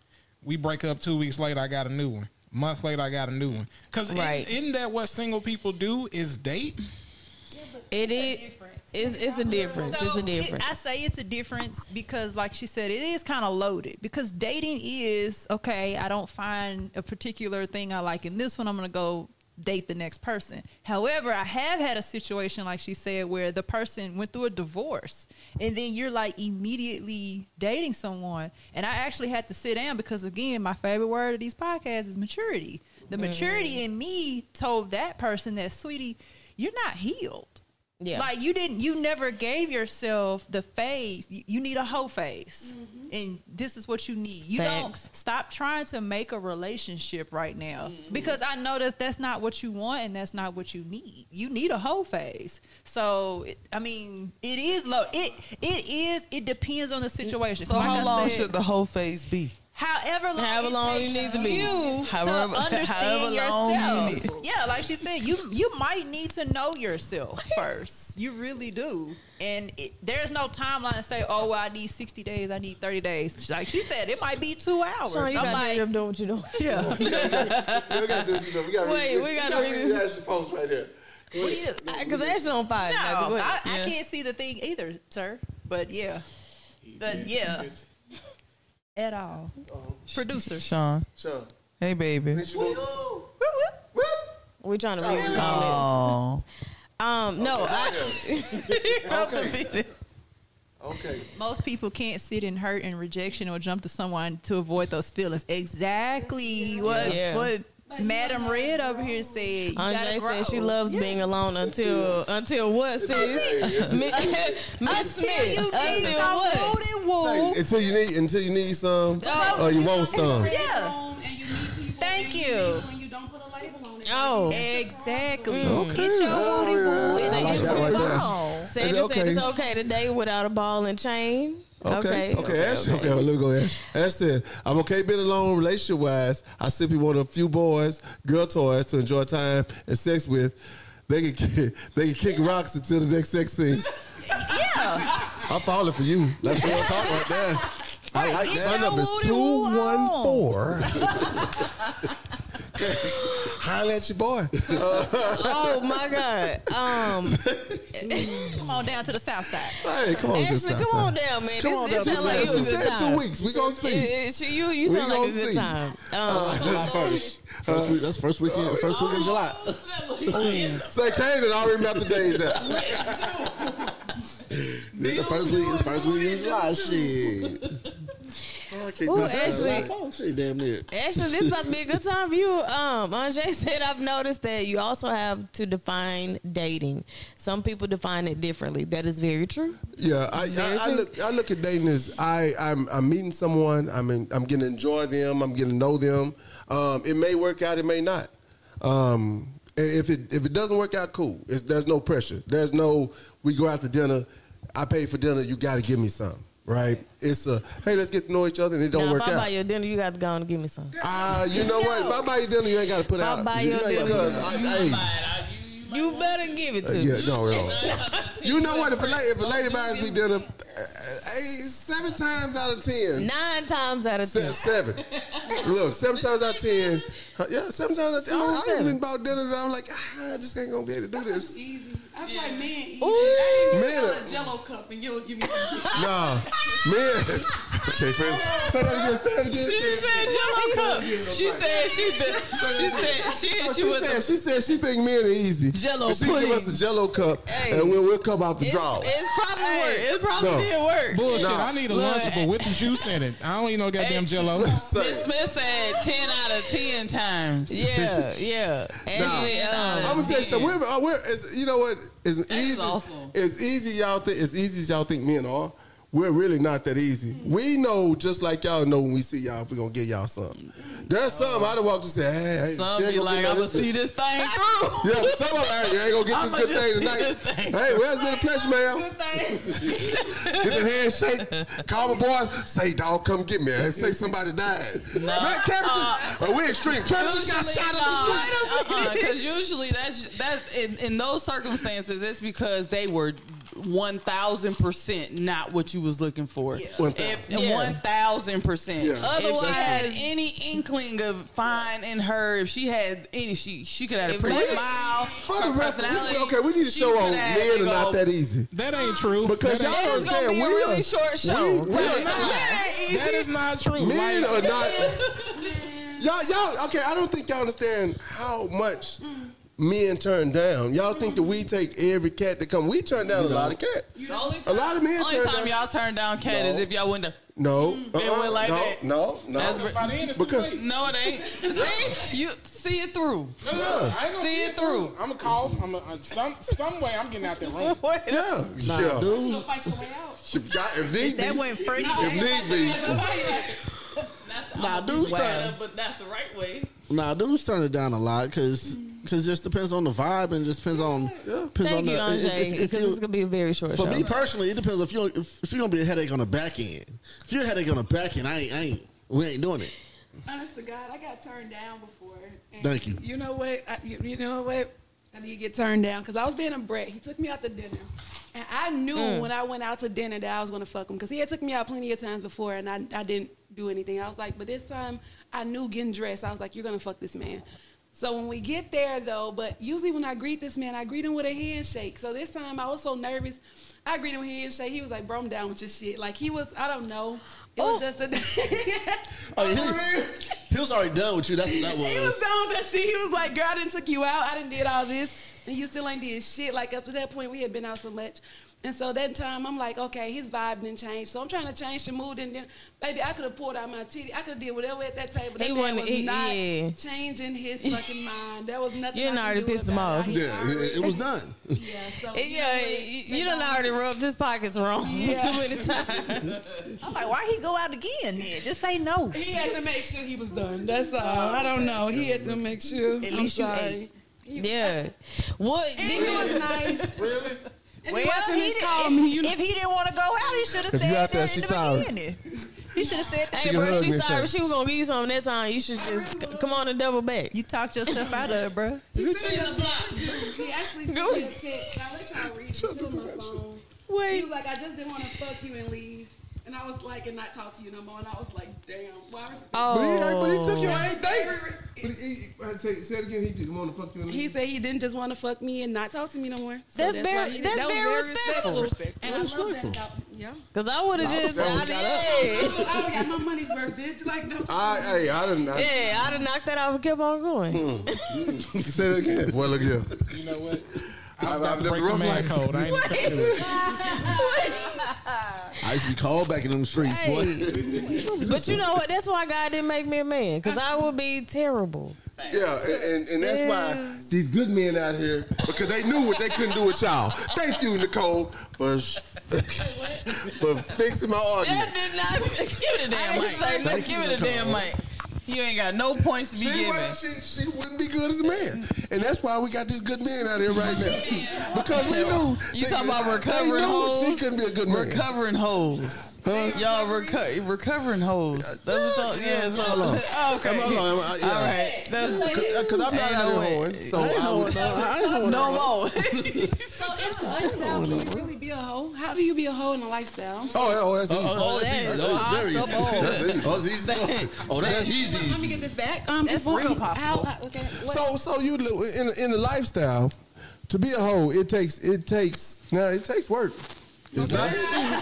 We break up two weeks later. I got a new one. Month later, I got a new one. Because Right. isn't that what single people do? Is date? It is. It's, it's a difference. it's So, a difference. it- I say it's a difference because, like she said, it is kind of loaded. Because dating is okay. I don't find a particular thing I like in this one. I'm gonna go date the next person. However, I have had a situation like she said where the person went through a divorce and then you're like immediately dating someone and I actually had to sit down because again, my favorite word of these podcasts is maturity. The Mm-hmm. maturity in me told that person that sweetie, you're not healed. Yeah. Like you didn't you never gave yourself the phase. You, you need a whole phase. And this is what you need. You Mm-hmm. Facts. Mm-hmm. don't stop trying to make a relationship right now because I know that that's not what you want and that's not what you need. You need a whole phase. So it, I mean, it is low. It it is. It depends on the situation. So Like I how long said, should the whole phase be? However long, However it long you takes need to be. you However- to understand however long you yourself. yeah, like she said, you you might need to know yourself first. You really do, and it, there's no timeline to say, oh, well, I need sixty days, I need thirty days. Like she said, it might be two hours. Sean, you I'm gotta hurry like, up doing what you doing. yeah, we gotta do this. though. We gotta Wait, read, we gotta read read this. this post right there. Because that shit on fire. no, now, go I, ahead. I Yeah. can't see the thing either, sir. But yeah, but yeah, at all, producer. Sean. Sean, Hey, baby. did you want- Whoop. We trying to read the comments. Oh. Um, no, Oh, I, Okay. Okay. Most people can't sit in hurt and rejection or jump to someone to avoid those feelings. Exactly what Yeah. what But you Madam gotta Red over here said. You gotta Andre grow. said she loves Yeah. being alone until until what, sis? Miss Miss Until Smith, you need until some what? root and wool. Hey, until you need until you need some Oh, or you want Oh, some. Yeah. And you need people Thank and you. need When you don't put a label on it. Oh. Exactly. Okay. Get your Oh, booty yeah. woo. I like that right there. Oh. Sandra said Okay. it's okay to date without a ball and chain. Okay. Okay. Ash. Okay. well, let me go. Ash. Ash said, "I'm okay being alone, relationship wise. I simply want a few boys, girl toys to enjoy time and sex with. They can kick, they can kick rocks until the next sex scene. Yeah. I'm falling for you. That's real talk right there. I like Get that. your My number is booty woo on. two one four. Holla at your boy. Oh my God. Um, Come on down to the south side. Hey, come on, just Ashley, come outside. on down, man. Come on, this, down. She this said, sound like it she was a good said time. two weeks. We gonna see. It- it- you you We sound like gonna it's a good see. time. Um, July first. First week. That's first weekend. First weekend in July. so they came and already mapped the days out. the first week is first week in July. Shit. Oh, I can't Ooh, do that. Ashley. My phone, shit, damn near. Actually, this is about to be a good time for you. Um, Andre said, I've noticed that you also have to define dating. Some people define it differently. That is very true. Yeah, I, I, I look. I look at dating as I, I'm, I'm meeting someone. I'm, in, I'm getting to enjoy them. I'm getting to know them. Um, it may work out. It may not. Um, and if it, if it doesn't work out, cool. It's, there's no pressure. There's no. We go out to dinner. I pay for dinner. You got to give me something, right? It's a hey, let's get to know each other, and it don't now, work if I buy out. your dinner, you got to go on and give me some. Ah, you know what? If I buy you dinner, you ain't got to put If I out. buy you your ain't gotta put dinner, out. I- hey, You better give it uh, to me. yeah, no, no. you know what? If a lady, if a lady buys me dinner, uh, hey, seven times out of ten, Nine times out of se- ten. seven. Look, seven times out of ten. huh, Yeah, seven times out of ten. I, I done Seven. been bought dinner, and I'm like, ah, I just ain't gonna be able to do this. Easy. I feel like man eat Ooh. Man, a jello cup and you'll give me some. nah, man. Okay, friend. Say that again. Say that again. She said Jello cup. She said she she said Oh, she, said, she said she think men are easy. Jell-O But she give pudding. us a Jello cup, Hey. and when we'll come out the It's, draw. it's probably work. It probably No. did work. Bullshit. Nah. I need a lunchable with the juice in it. I don't need no goddamn jello. Miss Smith said 10 out of 10 times. Yeah, yeah. Actually, um, I'm gonna tell you something. We're, uh, we're it's, you know what? It's easy. awesome. It's easy. Y'all think it's easy as y'all think men are. We're really not that easy. We know just like y'all know when we see y'all if we're gonna get y'all something. There's some I'd walk to say, hey, hey Some she ain't be gonna like, get I'm no gonna see this thing through. Yeah, some of them, you ain't gonna get I'ma this good just thing see tonight. this thing. Hey, where's the pleasure, ma'am? Get the handshake. Call my boys. Say, dog, come get me. And say somebody died. Not cabbages. Uh-uh. but oh, we extreme. Cabbages got shot up the street. Because usually that's that's in, in those circumstances, it's because they were one thousand percent not what you was looking for. One If thousand. one thousand percent. Yeah. If she Otherwise- had any inkling of fine in her, if she had any, she she could have a If pretty we- smile. For the her rest, personality. we, okay, we need to She show on coulda had a men are big not old- that easy. That ain't true. Because that y'all It ain't- is gonna understand, be a we really are- short show. We, we are- that is not true. men Like, are not. Y'all, y'all, okay, I don't think y'all understand how much men turn down. Y'all think that we take every cat that come. We turn down a lot of cat. The only A lot of men only turn time down. y'all turn down cat is if y'all went to. no, They uh-uh, went like no, that. no, no, That's br- By the end, it's Because- too late. No, it ain't. see you see it through. No, no, no, I ain't gonna See it through. I'm gonna cough. I'm gonna, uh, some some way. I'm getting out that room. Yeah, Nah, yeah. dudes, fight your way out. If, y'all, if need be, That went Freddie. if need be, nah, dudes turn, but that's the right way. nah, dudes turn it down a lot because because just depends on the vibe and just depends on depends Thank on you, the, if- Anjay, if- if because you- it's gonna be a very short For show. me personally, it depends if you if, if you're gonna be a headache on the back end. If you're a headache on the back end, I ain't, I ain't we ain't doing it. Honest to God, I got turned down before. and Thank you. You know what? I, you, you know what? I need to get turned down because I was being a brat. He took me out to dinner. And I knew when I went out to dinner that I was going to fuck him because he had took me out plenty of times before and I, I didn't do anything. I was like, but this time I knew getting dressed. I was like, you're going to fuck this man. So when we get there though, but usually when I greet this man, I greet him with a handshake. So this time I was so nervous. I greeted him with a handshake. He was like, bro, I'm down with your shit. Like he was, I don't know. It was just a. Oh, yeah, he, he was already done with you. That's what that He was was. done with that shit. He was like, girl, I didn't took you out. I didn't did all this. And you still ain't did shit. Like up to that point, we had been out so much. And so that time, I'm like, okay, his vibe didn't change. So I'm trying to change the mood. And then, baby, I could have poured out my titty. I could have did whatever at that table. That He man wasn't- was he- not yeah. changing his fucking mind. There was nothing. You I done could already do pissed him about off. it. I- he Yeah, it, it was done. Yeah, so, you know yeah, what? you, you They done got- already rubbed his pockets wrong too many times. I'm like, why he go out again then? Just say no. He had to make sure he was done. That's all. I don't know. He had to make sure. At least you ate. yeah. What And he did you? was nice. Really? If Well, you watching he this did- call if, me, you know. if he didn't want to go out, he should have If said you that out there, in she the sorry. beginning. He should have said that. Hey, can bro, hug she me, sorry. say. She was gonna give you something that time. You should just c- come on and double back. You talked yourself out of it, bro. He actually sent me a text. I let y'all read it. It's on my phone. He was like, I just didn't want to fuck you and leave. And I was like, and not talk to you no more. And I was like, damn. Well, I respect Oh, But he, but he took Oh. your eight dates. But he, he- say, say it again. He didn't want to fuck you. In you. the He said he didn't just want to fuck me and not talk to me no more. So That's why very- he did- that's that was very respectful. And I love that. about- Yeah. Oh, Cause I would have just, I yeah, I would got my money's worth, bitch. Like, no. I, hey, I didn't. I, yeah, I'd have knocked that off and kept on going. Say it again. Boy, look here. You know what? I I've- was I've about to lived break a the rough man life. code. I ain't gonna do it. I used to be called back in them streets, boy. But you know what? That's why God didn't make me a man, cause I would be terrible. Yeah, and, and, and that's why these good men out here because they knew what they couldn't do with y'all. Thank you, Nicole, for for fixing my argument. did not give it a damn didn't mic. say Give it a damn mic. You ain't got no points to be She, given. wa- she, she wouldn't be good as a man, and that's why we got these good men out here right now because we knew You they- talking about they recovering knew She hoes? couldn't be a good man. Recovering hoes. Y'all reco- recovering hoes. That's what y'all. Yeah. So Hold on. Oh, okay. Come on, I'm- I- yeah. All right. That's, Because I'm not Ain't out here no way. hoeing, so I would. no more. So, it's a lifestyle. Can you really be a hoe? How do you be a hoe in a lifestyle? Oh, yeah, oh, that's Uh-uh. easy. Oh, that's easy. That was very easy. That was easy. Oh, that's Let me easy. get this back. Um, That's it's one- real possible. how- okay, what- So, so you li- in in the lifestyle to be a hoe, it takes it takes now it takes work. It's not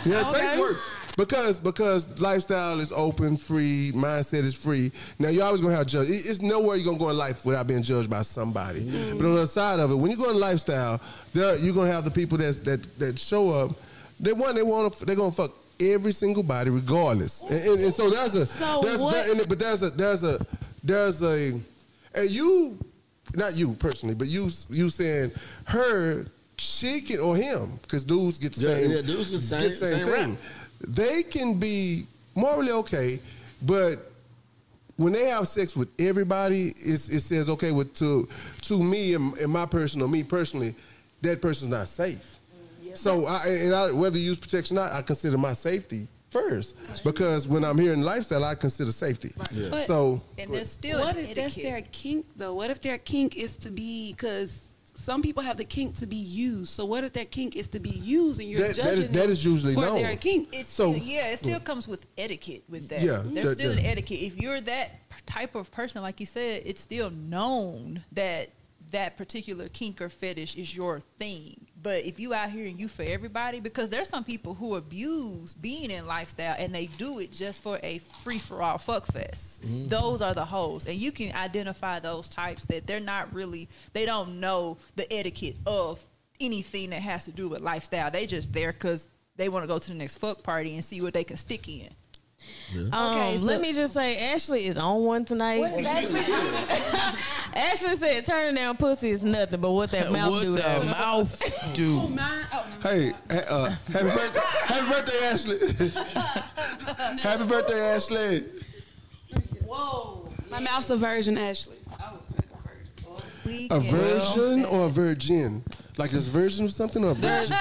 yeah, it takes work because because lifestyle is open, free, mindset is free. Now you're always gonna have judge. it- It's nowhere you're gonna go in life without being judged by somebody. Mm. But on the other side of it, when you go in lifestyle, there, you're gonna have the people that that that show up. They want they want they're gonna fuck. Every single body, regardless, and, and, and so there's a So there's what- there- and it- but there's a there's a there's a and you not you personally, but you you saying her she can or him because dudes get the Yeah, same yeah, dudes get the same- same rap. They can be morally okay, but when they have sex with everybody, it's, it says okay with to to me and, and my personal me personally, that person's not safe. So I, and I, whether you use protection or not, I consider my safety first because when I'm here in lifestyle, I consider safety. But- So And there's still What an if that's etiquette. their kink though? What if their kink is to be because some people have the kink to be used. So what if their kink is to be used and you're That- that judging is- that them is usually for known. their kink? It's So- still, yeah, it still comes with etiquette with that. Yeah, there's that- still that- an etiquette. If you're that type of person, like you said, it's still known that that particular kink or fetish is your thing. But if you out here and you for everybody, because there's some people who abuse being in lifestyle and they do it just for a free for all fuck fest. Mm-hmm. Those are the hoes, and you can identify those types that they're not really. They don't know the etiquette of anything that has to do with lifestyle. They just there because they want to go to the next fuck party and see what they can stick in. Um, Okay, so- let me just say, Ashley is on one tonight. Ashley said, "Turning down pussy is nothing, but what that mouth what do that though." mouth do? Mine, oh, no. Hey, ha- uh, happy birthday, happy birthday, Ashley. happy birthday, Ashley. Whoa. My mouth's a virgin, Ashley. We can- A virgin or a virgin? Like this version of something or a virgin?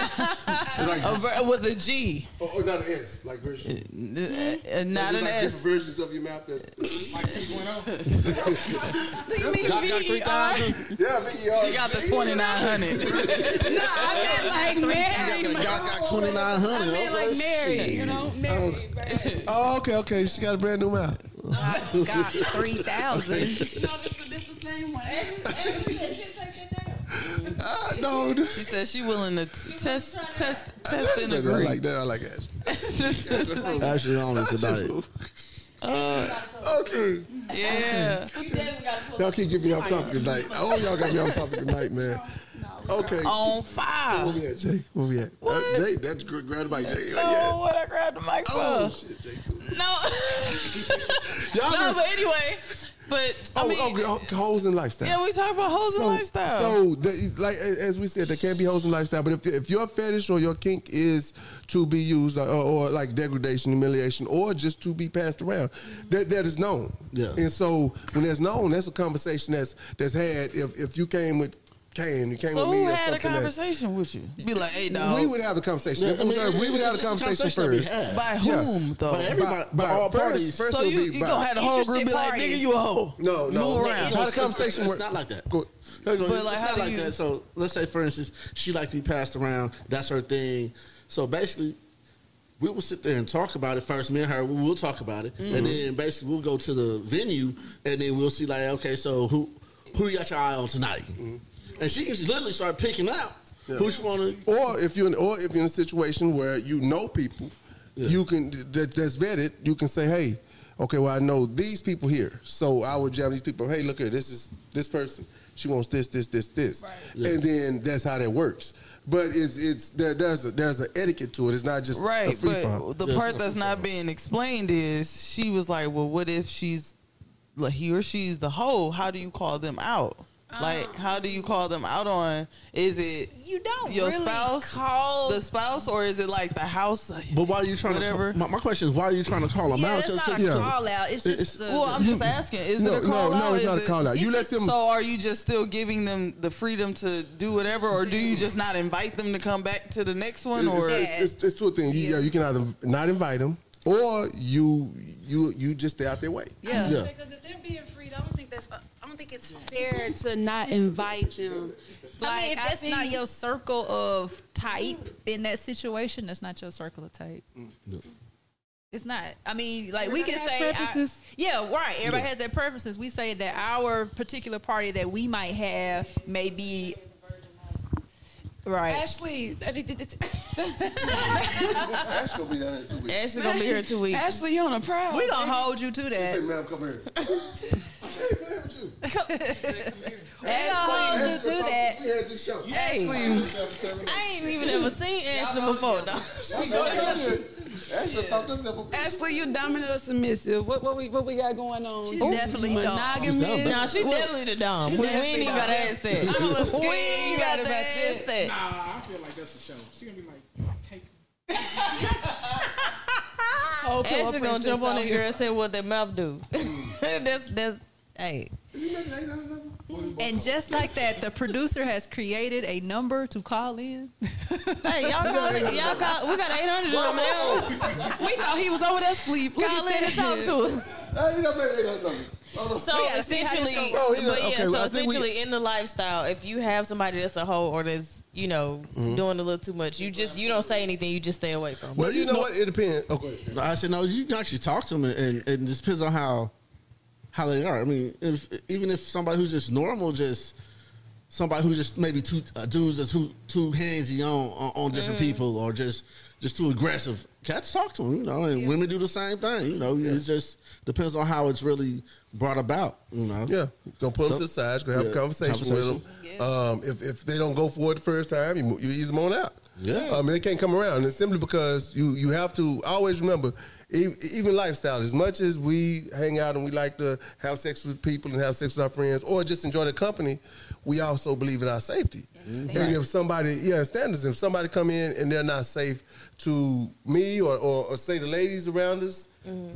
like, A ver- with a G. oh, oh, not an S, like version. Uh, There's not an like S. Different versions of your mouth. That's like 2.0. Doc got 3,000. yeah, but you She got the twenty nine hundred. I meant like Mary. Doc got 2,900. I mean, like married, you know, married. bruh. Oh, okay, okay. She got a brand new mouth. I got three Oh, thousand. no, this is this the same one. Ah, no. dude. She said she willing to t- test, test, test That's and better. I agree. like that. I like Ashley. Ashley on it tonight. Okay. Uh, Yeah. Y'all keep giving me off topic tonight. Oh, y'all got me off topic tonight, man. Okay. On fire. Where we at, Jay? Where we at? Uh, Jay, that's good. Grab by Jay. Oh, Oh, yeah. what I grabbed the mic Oh, for? shit, Jay, too. No. Y'all no, been- but anyway, but I oh, mean, oh, ho- hoes and lifestyle. yeah, we talk about hoes so, and lifestyle. So, the, like a- as we said, there can't be hoes and lifestyle. But if, if your fetish or your kink is to be used uh, or, or like degradation, humiliation, or just to be passed around, that that is known. Yeah. And so when that's known, that's a conversation that's that's had. If if you came with Kane, you came So with me who or had a something. that- conversation with you? Be like, hey, dog. we would have the conversation. Yeah, If it was I mean, her, we would have the it's a conversation conversation that we first. By had. Yeah. whom though? By everybody, by, by- all first- parties. first- so you it'll be you by- gonna have the whole Interested group be like, party. nigga, you a hoe? No, no. Move no, around. How the conversation it's, work? not like that. Go- it's like, it's how not do like you- that. So let's say, for instance, she like to be passed around. That's her thing. So basically, we will sit there and talk about it first. Me and her, we will talk about it, and then basically we'll go to the venue, and then we'll see like, okay, so who who you got your eye on tonight? And she can literally start picking out who she want to. Or if you're in, or if you're in a situation where you know people, you can that, that's vetted. You can say, hey, okay, well I know these people here, so I would jam these people. Hey, look here, this is this person. She wants this, this, this, this, and then that's how that works. But it's it's there, there's a, there's an etiquette to it. It's not just a Right, free but for the part that's not being explained is she was like, well, what if she's like he or she's the hoe? How do you call them out? Like, how do you call them out on? Is it Um. You don't your really spouse, call the spouse, or is it like the house? But why are you trying Whatever. to? My, my question is, why are you trying to call them yeah, out? that's not a yeah. call out. It's It's- just uh, Well, I'm just asking. Is No, it a call no, out? no, it's Is not a it- call out. You it's let just- them- So, are you just still giving them the freedom to do whatever, or do you just not invite them to come back to the next one? It's, Or it's, it's, it's two things. You, yeah, you can either not invite them, or you you you just stay out their way. yeah. Yeah. Because if they're being freed, I don't think that's. I don't think it's fair to not invite them. I mean, if that's think- not your circle of type in that situation, that's not your circle of type. Mm. It's not. I mean, like we Everybody can has say, I- preferences. yeah, right. Everybody has their preferences. We say that our particular party that we might have may be right. Ashley, Ash gonna be down there too. Ashley gonna be here two weeks. Ashley, you on a prowl. We're gonna hold you to that. ma'am, come here. with you. We're gonna hold you to that. We had this show. Ashley, I ain't even ever seen Ashley before though. Ashley talked herself up. Ashley, you dominant or submissive? What what we what we got going on? She's You definitely dumb. monogamous. Nah, she definitely the dom. We, we ain't even gotta ask that. I'm a little We scared ain't gotta about ask that. that. Nah, I feel like that's a show. She gonna be like, take. Oh, pillow Ashley gonna princess jump on out the here. girl and say what that mouth do. that's that's hey. And just like that, the producer has created a number to call in. Hey, y'all call it. Y'all call. We got eight hundred number. They We thought he was over there asleep. don't Look Call at in and talk that. to us. Hey, you know, baby, they don't know. Hold on. So essentially, go. So, you know, but yeah. okay, so well, I think we- essentially, in the lifestyle, if you have somebody that's a hoe or that's you know doing a little too much, you just you don't say anything. You just stay away from. them. Well, you know Oh, what? It depends. Okay. I said, no, you can actually talk to them, and, and, and it just depends on how how they are. I mean, if even if somebody who's just normal, just somebody who just maybe too uh, dudes that's who too handsy on on, on Mm. different people or just just too aggressive. Cats talk to them, you know, and women do the same thing. You know, it just depends on how it's really brought about. You know, Yeah, gonna pull them to the So- side. Gonna have Yeah, a conversation, conversation. with them. Um, if if they don't go for it the first time, you, mo- you ease them on Uh, out. Yeah. I mean they can't come around. And it's simply because you you have to always remember, e- even lifestyle. As much as we hang out and we like to have sex with people and have sex with our friends, or just enjoy the company, we also believe in our safety. And if somebody, yeah, standards. If somebody come in and they're not safe to me or or, or say the ladies around us,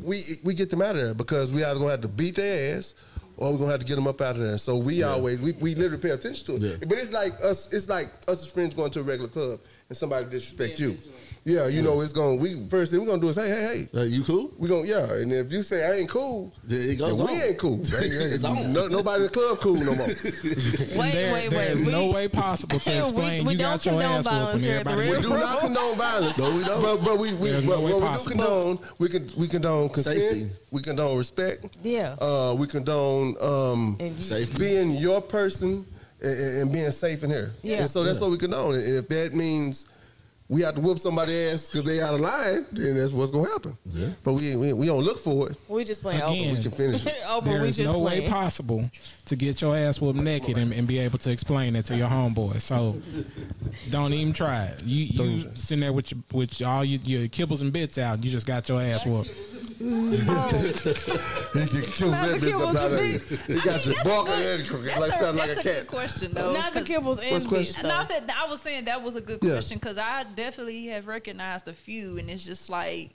we we get them out of there because we either gonna have to beat their ass or we're gonna have to get them up out of there. So we always we, we literally pay attention to it. Yeah. But it's like us it's like us as friends going to a regular club and somebody disrespect you. Yeah, you know it's going to we first thing we're gonna do is hey hey hey Uh, you cool? we gonna yeah, and if you say I ain't cool, Then it goes then we on. ain't cool. It's on. No, nobody in the club cool no more. Wait, There- wait, there wait. is We, no way possible to We- explain we you don't got your condone ass whooped violence and here at the everybody Red we went do not condone violence. No, we don't. But, but we, we, There's but, no way what we do possible. condone, we can we condone consent, Safety. we condone respect, Yeah. uh, we condone um, And you- Safety. being your person and, and being safe in here. Yeah. And so that's what we condone. And if that means we have to whoop somebody's ass because they out of line, then that's what's gonna happen. Yeah. But we, we we don't look for it. we just playing Again, We can finish it. open. open. There We is just no way playing. possible to get your ass whooped naked and, and be able to explain it to your homeboy. So don't even try it. You you sitting there with your, with all your, your kibbles and bits out. You just got your ass whooped. He can shoot that bitch the up kibbles out and of you. He got you barking good- and crooked, like sounding like a that's a cat. good question though. Not the 'cause- kibbles and What's bitch. question? No, I though. said I was saying that was a good Yeah. question because I definitely have recognized a few, and it's just like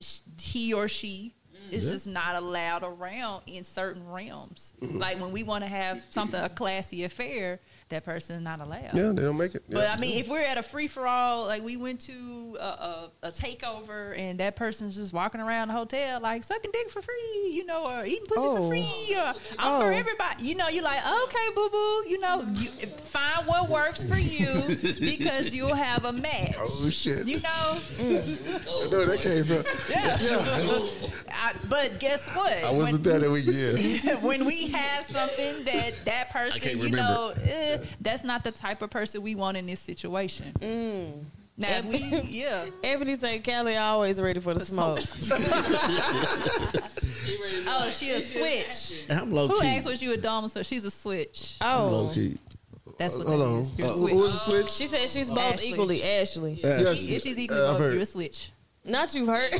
sh he or she is just not allowed around in certain realms. Like when we want to have something a classy affair, that person is not allowed. Yeah, they don't make it. But Yeah. I mean, if we're at a free for all, like we went to a, a, a takeover, and that person's just walking around the hotel, like sucking dick for free, you know, or eating pussy Oh. for free, or I'm for Oh. everybody, you know, you're like, okay, boo boo, you know, you, find what works for you because you'll have a match. oh shit! You know, I know where that came from. I, but guess what? I wasn't there that weekend. when we have something that that person, you know, eh, that's not the type of person we want in this situation. Mm. Now, if we, yeah. Ebony say Kelly always ready for the smoke. Oh, she a switch. And I'm low Who key. asked was you a dom? So she's a switch. Low Oh, key. That's what Hold that on. is. You're a Uh, switch. who was the switch? she said she's both Ashley. equally Ashley. Yes. She- if she's equally Uh, I've both, heard. you're a switch. Not you've heard.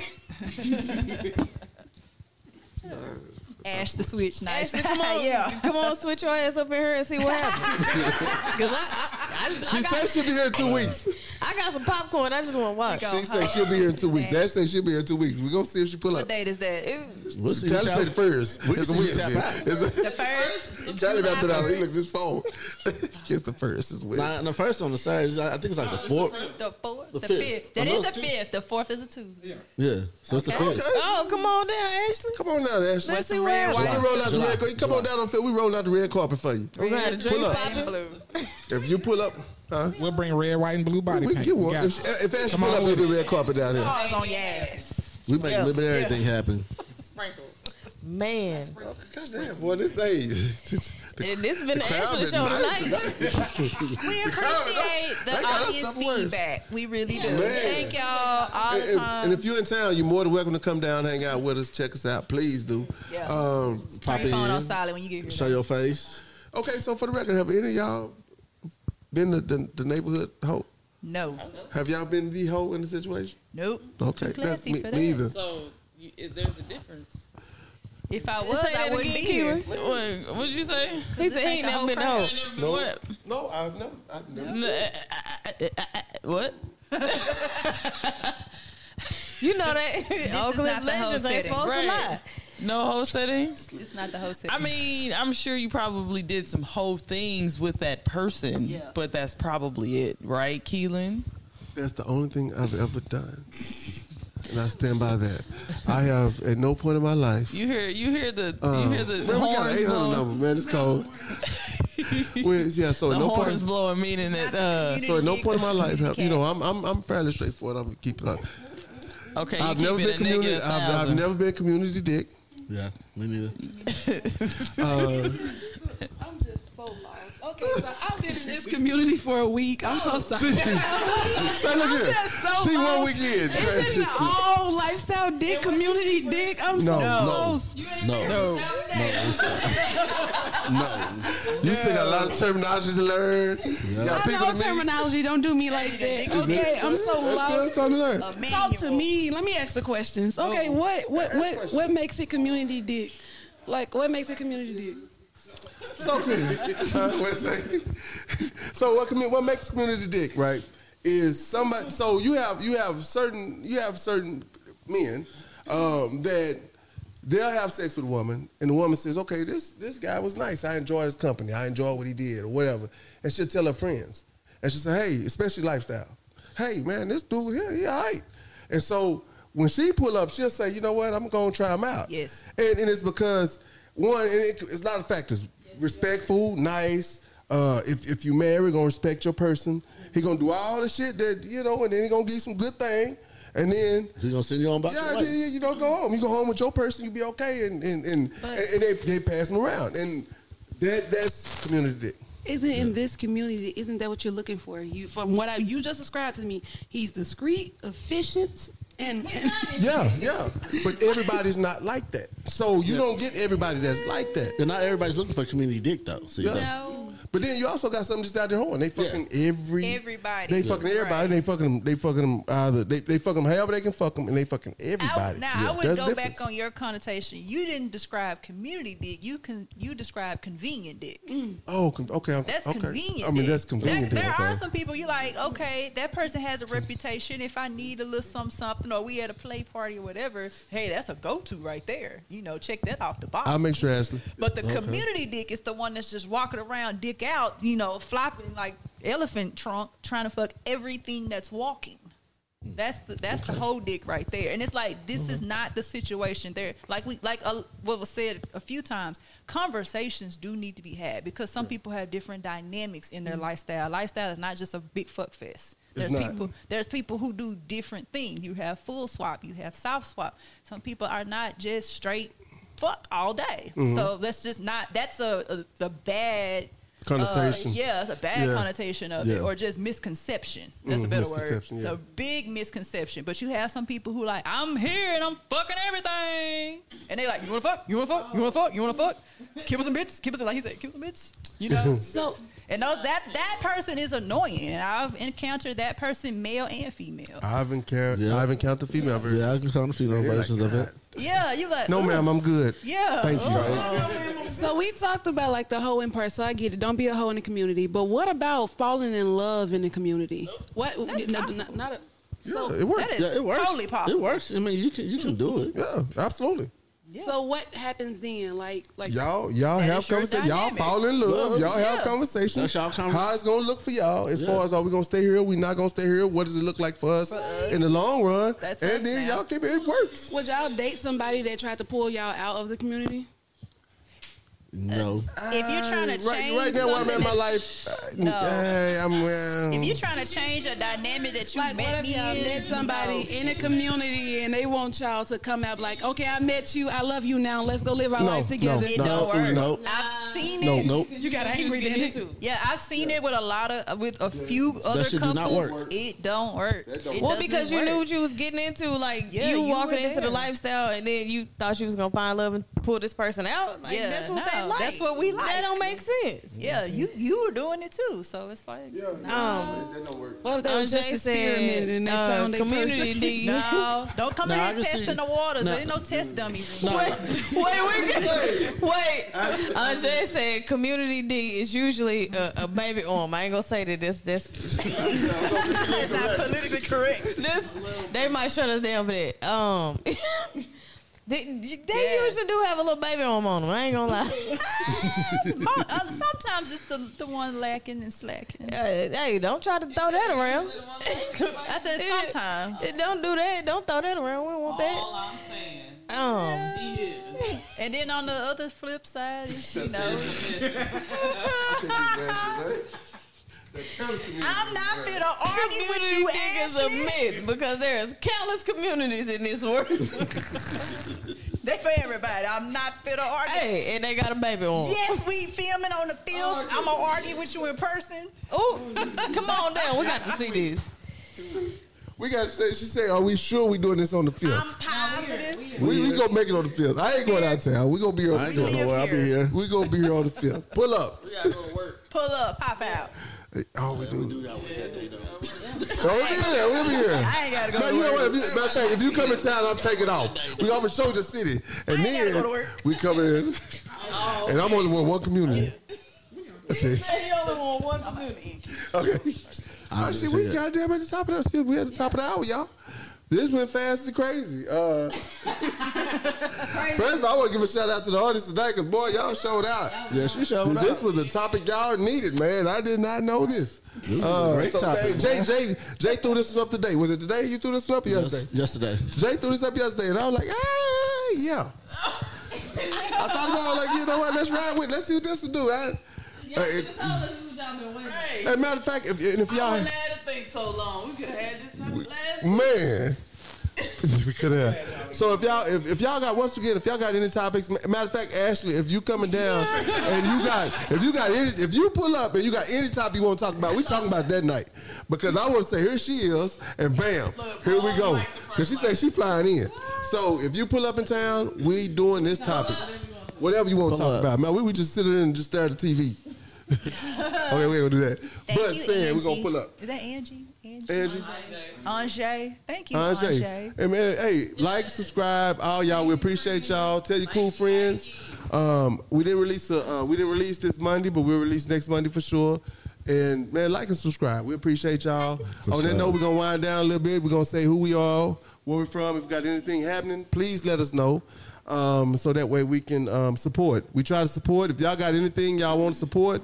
Ash the switch. Nice. Ashley, come on, yeah. come on, switch your ass up in here and see what happens. Cause I, I, I, just, I, She got, said she'll be here in two weeks. I got some popcorn. I just want to watch. Here She we go. said she'll be here in two weeks. That said she'll be here in two weeks. We're gonna see if she pull What up. date is that? We'll see. Tyler who said tap- first. we It's a see you Wednesday. tap out. It's a- The first. Tyler July about that out. He looks first, at his phone. It's the first. It's Wednesday. Nah, the first on the side, is, I I think it's like the fourth. The fourth. The The, fifth. fifth. That is Another the fifth. The fourth is a Tuesday. Yeah, so it's the Okay. fifth. Oh, come on down, Ashley. Come on down, Ashley. Let's see some what red happens. We roll out the July. red carpet. Come on down on field. We roll out the red carpet for you. We're gonna have the drinks Pull up. popping. Blue. If you pull up, huh? We'll bring red, white, and blue body We can get paint. We one. got If, it. if Ashley Come pull up, on we'll with do red carpet down here. Balls on your ass. We make a little bit of everything happen. Man, Goddamn, boy, this age. and this has been the crowd Ashley is show nice tonight. We appreciate That the got us audience stuff worse. feedback. We really do. Man. Thank y'all all the And, time. and if you're in town, you're more than welcome to come down, hang out with us, check us out. Please do. Yeah. Um, Pop Turn your phone on in, silent when you get show here. your face. Okay, so for the record, have any of y'all been the, the, the neighborhood hoe? No. Have y'all been the hoe in the situation? Nope. Okay, Too that's classy me, for me that. either. So you, if there's a difference. If I was, I wouldn't be here. What would you say? He said he the ain't never whole been crowd. home. No. What? No, I've never. I've never. What? You know that not Oakland the whole legends ain't setting. supposed Right. to lie. No whole settings. It's not the whole city. I mean, I'm sure you probably did some whole things with that person, Yeah. but that's probably it, right, Keelan? That's the only thing I've ever done, and I stand by that. I have at no point in my life. um, You hear, you hear the, you hear the Uh, man, we got an horns 800 blowing, number, man. It's cold. Well, yeah, so the at no point. horns blowing, meaning that. Uh, so at no point in my life, have, you know, I'm I'm I'm fairly straightforward. I'm keeping on. okay, I've never been community. I've, I've never been community dick. Yeah, me neither. I'm just so lost. Okay, so I've been in this community for a week. I'm so sorry. Say, look I'm here. just so she one lost. week in. It's in the all lifestyle dick community dick. I'm No, so no. close. No, no, no. You still got a lot of terminology to learn. You got I people know to meet. terminology. Don't do me like that. Okay, I'm so That's good. lost. something to learn. Talk to me. Let me ask the questions. Okay, what what what what makes it community dick? Like what makes it community dick? So, huh? Wait a second. so what, commu- what makes community dick right is somebody. So you have you have certain you have certain men um, that they'll have sex with a woman, and the woman says, "Okay, this this guy was nice. I enjoyed his company. I enjoyed what he did, or whatever." And she'll tell her friends, and she'll say, "Hey, especially lifestyle. Hey, man, this dude, yeah, he all right." And so when she pull up, she'll say, "You know what? I'm gonna try him out." Yes. and, and it's because one, and it, it's a lot of factors: respectful, nice. Uh, if if you marry, gonna respect your person. He gonna do all the shit that you know, and then he gonna get some good thing, and then He gonna send you on back. to yeah, life. yeah, yeah, you don't go home. You go home with your person, you be okay, and and and, and, and they they pass them around, and that that's community dick. Isn't in this community? Isn't that what you're looking for? You from what I, you just described to me, he's discreet, efficient, and, and Yeah, yeah, but everybody's not like that, so you don't get everybody that's like that. And not everybody's looking for community dick though. See, Yeah. that's- No. But then you also got something just out there horn. They fucking every Everybody. They Yeah. fucking everybody. Right. They fucking them. They fucking them. Either they they fuck them however they can fuck them, and they fucking I, everybody. now Oh, I would There's a go difference. back on your connotation. You didn't describe community dick. You can you describe convenient dick. Oh, con- okay. I'm- That's okay. convenient. I mean, dick. that's convenient. That- then, there okay. are some people you like. Okay, that person has a reputation. If I need a little something, something, or we at a play party or whatever, hey, that's a go-to right there. You know, check that off the box. I'll make sure Ashley. But the community dick is the one that's just walking around, dick out, you know, flopping like elephant trunk, trying to fuck everything that's walking. That's the that's the whole dick right there, and it's like this is not the situation there. Like we like uh, what was said a few times, conversations do need to be had because some people have different dynamics in their lifestyle. Lifestyle is not just a big fuck fest. There's not. people there's people who do different things. You have full swap, you have soft swap. Some people are not just straight fuck all day. So that's just not that's a a, a bad Connotation. Uh, yeah, it's a bad Yeah. connotation of Yeah. it, or just misconception. That's a Mm, better word. misconception, It's yeah. a big misconception. But you have some people who like I'm here and I'm fucking everything, and they like you wanna fuck, you wanna fuck, you wanna fuck, you wanna fuck, kill some bits, kill some like he said, kill some bits, you know. so And those, that that person is annoying, and I've encountered that person, male and female. I've encountered. Yeah. I've encountered female versions. yeah, I can count a few They're like, versions of it. "God, yeah, you like No, "Ugh." ma'am, I'm good. Yeah, Thank you. So we talked about like the hoe in part, so I get it. Don't be a hoe in the community. But what about falling in love in the community? What? That's no, possible. not, not a, Yeah, so, it works. That is Yeah, it works. totally possible. It works. I mean, you can you can do it. Yeah, absolutely. so what happens then? Like like Y'all, y'all That have is your conversation. Y'all dynamic. fall in love. Love. Y'all have Yeah. conversations. That's y'all conversation. How it's gonna look for y'all? As Yeah. far as are we gonna stay here? We not gonna stay here? What does it look like for us, in the long run? That's and us then now. y'all keep it. It works. would y'all date somebody that tried to pull y'all out of the community? No. If you're trying to change right, right now, where I'm something at in my that- life, uh, No. hey, I'm. well, if you're trying to change a dynamic that you Like met what if me y'all in, met somebody no. in the community and they want y'all to come out like, okay, I met you, I love you now, let's go live our No, lives no, together. It No, don't absolutely work. no. I've seen No, it. nope. You got angry then it too. Yeah, I've seen it with a lot of with a few other shit do couples. not work. It don't work. It Well, doesn't because you work. knew what you was getting into, like Yeah, you you walking were into the there. lifestyle, and then you thought you was gonna find love and pull this person out. Like Yeah, that's no, what they like. that's what we That like. don't make sense. Yeah, you you were doing it too, so it's like Um, What if they um, were just Jay said, experimenting and they uh, found their community person? D. no, don't come Nah, in I here can see- testing the waters. nah. There ain't no test dummies. No. Wait, wait, we can, wait. Andre said community D is usually a, a baby arm. I ain't gonna say that this, this, That's not politically correct. this. They might shut us down for that. Um, they, they Yeah. usually do have a little baby arm on them. I ain't gonna lie. Oh, uh, sometimes it's the the one lacking and slacking. Uh, hey, don't try to throw that around. I said Yeah. sometimes, Don't do that. Don't throw that around. We don't want All that. I'm saying Um, is, and then on the other flip side, you know, I'm not finna argue with community you, dick is a Ashley. myth because there is countless communities in this world. They finna for everybody. I'm not fit to argue. Hey, and they got a baby on. Yes, we filming on the field. I'm gonna argue with you in person. Oh, come on down. We got to see this. We got to say, she said, are we sure we doing this on the field? I'm positive. We, we gonna make it on the field. I ain't going out of town. We gonna be here on I the ain't field. live going nowhere. I'll be here. here. We gonna be here on the field. Pull up. Pull up, pop out. Oh, we do. Do y'all work that day though? So we'll be there. We'll be there. I ain't gotta go Man, to you know work. what? If you, matter of fact, if you come in town, I'm taking off. We always show the city, and I ain't gotta go then to work. we come in, Oh. and I'm only with one community. Okay, They only want one community. okay. Oh, shit, we goddamn at the top of that shit. We at the top of the hour, y'all. This went fast and crazy. Uh, first of all, I want to give a shout out to the audience tonight because boy, y'all showed out. Yeah, she showed up. This was the topic y'all needed, man. I did not know this. Uh, great so, topic, hey, man. Jay, Jay, Jay threw this up today. Was it today you threw this one up or yesterday? Yes, yesterday. Jay threw this up yesterday, and I was like, ah, yeah. I thought about it, like, you know what? Let's ride with. it. Let's see what this will do. I, uh, it- Hey, as a matter of fact, if, and if I y'all, wasn't mad to think so long. We could have had this time last. man, we could have. So if y'all, if, if y'all got once again, if y'all got any topics, ma- matter of fact, Ashley, if you coming down and you got, if you got any, if you pull up and you got any topic you want to talk about, we talking about that night because I want to say here she is, and bam, here we go. Because she said she flying in. So if you pull up in town, we doing this topic. Whatever you want to Pull talk up. about, man. We would just sit there and just stare at the TV. okay, we ain't gonna do that. Thank but you, saying we're Angie. gonna pull up. Is that Angie? Angie? Angie. Anjay. Thank you, Anjay. Anjay. Hey man, hey, like, subscribe, all y'all. We appreciate y'all. Tell your cool friends. Um, we didn't release a, uh, we didn't release this Monday, but we'll release next Monday for sure. And man, like and subscribe. We appreciate y'all. On that note, we're gonna wind down a little bit. We're gonna say who we are, where we're from. If you got anything happening, please let us know. Um, so that way we can um, support. We try to support. If y'all got anything y'all want to support,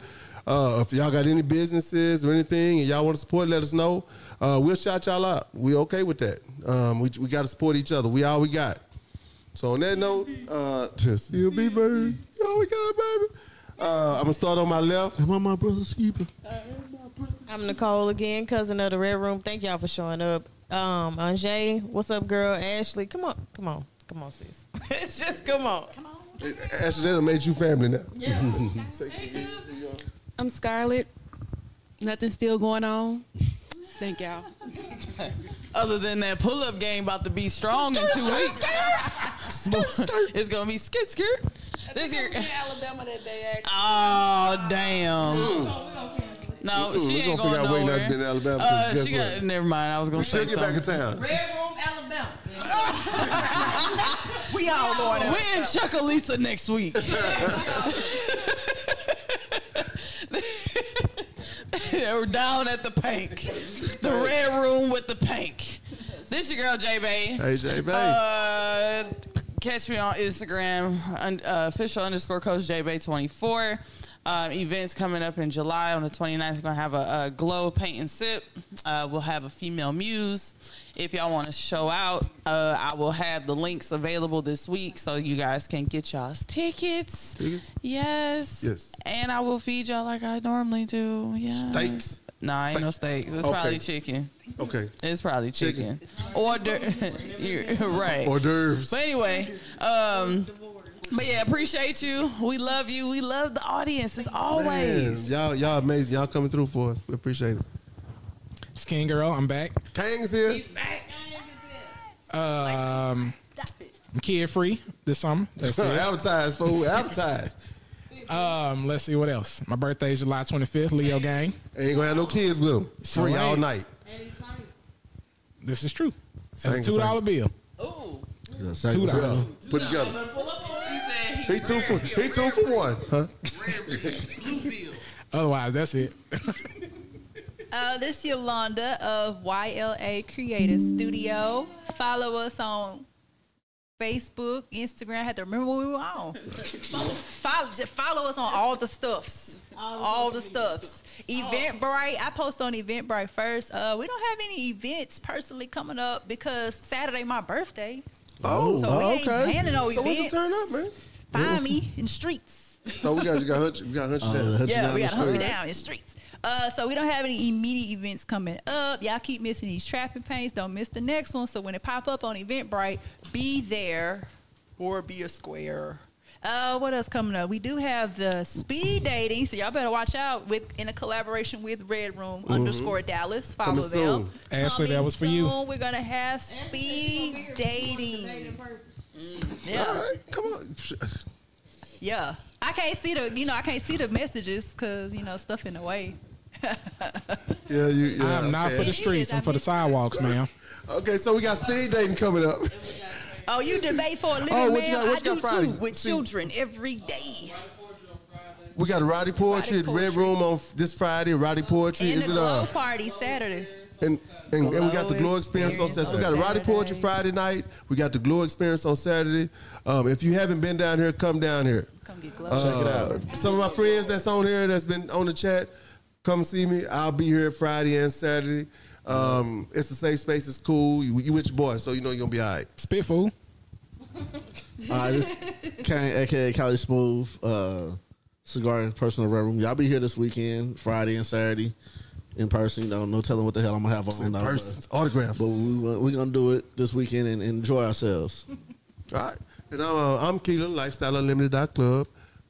uh, if y'all got any businesses or anything and y'all want to support, let us know. Uh, we'll shout y'all out. We okay with that. Um, we we got to support each other. We all we got. So on that note, uh, just you be baby. You all we got, baby. Uh, I'm gonna start on my left. Am I my brother's keeper? I'm Nicole again, cousin of the Red Room. Thank y'all for showing up. Um, Anjay, what's up, girl? Ashley, come on, come on, come on, sis. it's just come on. Ashley, that'll made you family now. I'm Scarlett. Nothing's still going on. Thank y'all. Other than that pull-up game about to be strong in two weeks. It's gonna be skirt skirt. This year. Alabama that day, actually. Oh damn. No, Oh, she we gonna figure ain't going out a way not nowhere. to get in Alabama, 'cause Uh, guess she what? got. Never mind. I was gonna She'll say get back in something. town. We all going out. We're in Chuckalisa next week. We're down at the pink, the red room with the pink. This your girl J Bay. Hey, J Bay. Uh, catch me on Instagram, un- uh, official underscore coach JBay24. Um, events coming up in July on the 29th. We're going to have a, a glow, paint, and sip. Uh, we'll have a female muse. If y'all want to show out, uh, I will have the links available this week so you guys can get y'all's tickets. Tickets? Yes. Yes. And I will feed y'all like I normally do. Yeah. Steaks? Nah, ain't no steaks. It's Okay. probably chicken. Okay. It's probably chicken. Chicken. Or dirt. You're right. Hors d'oeuvres. But anyway, um, but yeah, appreciate you. We love you. We love the audience as Man, always. y'all, y'all amazing. Y'all coming through for us. We appreciate it. It's King Girl. I'm back. Kang's here. Um, I'm kid free this summer. That's it. advertise, fool. Advertise. Um, let's see what else. My birthday is July 25th. Leo gang. Ain't gonna have no kids with him. It's free All right. all night. This is true. It's a Sing, two dollar sing. bill. Two dollars. Put together. He two for he two for one, huh? Otherwise, that's it. Uh, this is Yolanda of YLA Creative Studio. Follow us on Facebook, Instagram. I had to remember what we were on. follow, just follow us on all the stuffs. All, the stuffs. Oh. Eventbrite. I post on Eventbrite first. Uh, we don't have any events personally coming up because Saturday my birthday. Oh, So we ain't okay. planning no so what's events. the turn up, man? Find me in the streets. No, we got you got hunch, we got hunch down. Yeah, we down gotta the hunker streets. down in the streets. Uh, so we don't have any immediate events coming up. Y'all keep missing these trapping pains. Don't miss the next one. So when it pop up on Eventbrite, be there or be a square. Uh, what else coming up? We do have the speed dating, so y'all better watch out with in a collaboration with Red Room underscore Dallas. Follow Coming them. Ashley, that Coming was for you. soon, We're gonna have speed dating. Mm, All Yeah, right, come on. yeah. I can't see the you know I can't see the messages because you know stuff in the way. Yeah, you. Yeah, I'm not okay. for the streets. I'm for the sidewalks, ma'am. Okay, so we got speed dating coming up. Oh, you debate for a living, Oh, what man. you got- I what you got do Friday? too with See- children every day. We got a Roddy Poetry at Red Poetry. Room on f- this Friday. Roddy Poetry And is the it glow uh party Saturday. and and, and we got the Glow Glow Experience on Experience Saturday. We got a on Roddy Poetry Saturday. Friday night. We got the Glow Experience on Saturday. Um, if you haven't been down here, come down here. Come get glow. Check it out. Some of my friends that's on here that's been on the chat, come see me. I'll be here Friday and Saturday. Um, it's a safe space. It's cool. You, you with your boy, so you know you're gonna be all right. Spit fool. All right, this Kane, aka Cali Smooth, uh, cigar and personal red room. Y'all be here this weekend, Friday and Saturday, in person. You know, no telling what the hell I'm gonna have on. though, but- Persons, autographs. But we we gonna do it this weekend and enjoy ourselves. All right. And I'm, uh, I'm Keelan, lifestyleunlimited.club.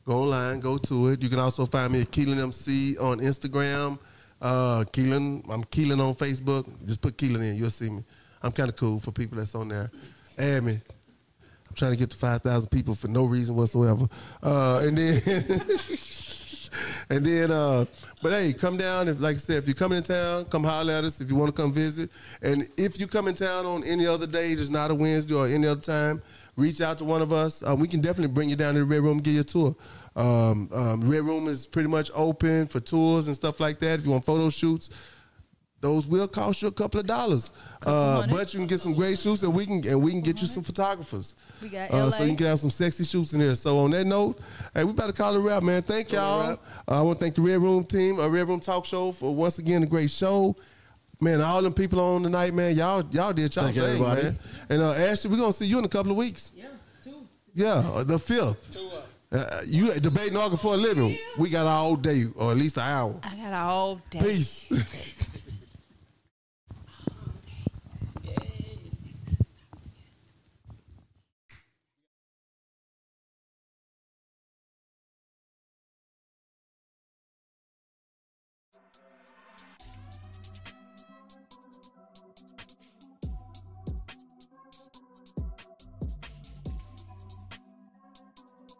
Go online, go to it. You can also find me at Keelan MC on Instagram. Uh, Keelan, I'm Keelan on Facebook. Just put Keelan in, you'll see me. I'm kind of cool for people that's on there. Add me. I'm trying to get to 5,000 people for no reason whatsoever. Uh, and then, and then, uh, but hey, come down. If, like I said, if you come in town, come holler at us. If you want to come visit, and if you come in town on any other day, just not a Wednesday or any other time, reach out to one of us. Um, we can definitely bring you down to the Red Room, give you a tour. Um, um, Red Room is pretty much open for tours and stuff like that. If you want photo shoots, those will cost you a couple Mm-hmm. of dollars, uh, but you can get some great shoots, and we can and we can get you some photographers. We got Uh, so LA. you can have some sexy shoots in here. So on that note, hey, we about to call it a wrap, man. Thank y'all. Uh, I want to thank the Red Room team, uh, Red Room Talk Show for once again a great show. Man, all them people on tonight, man. Y'all, y'all did y'all Thank you, thing, everybody. man. And uh, Ashley, we're gonna see you in a couple of weeks. Yeah, two. Yeah, uh, the fifth. Two up. Uh, you debating August for a living. We got all day, or at least an hour. I got all day. Peace.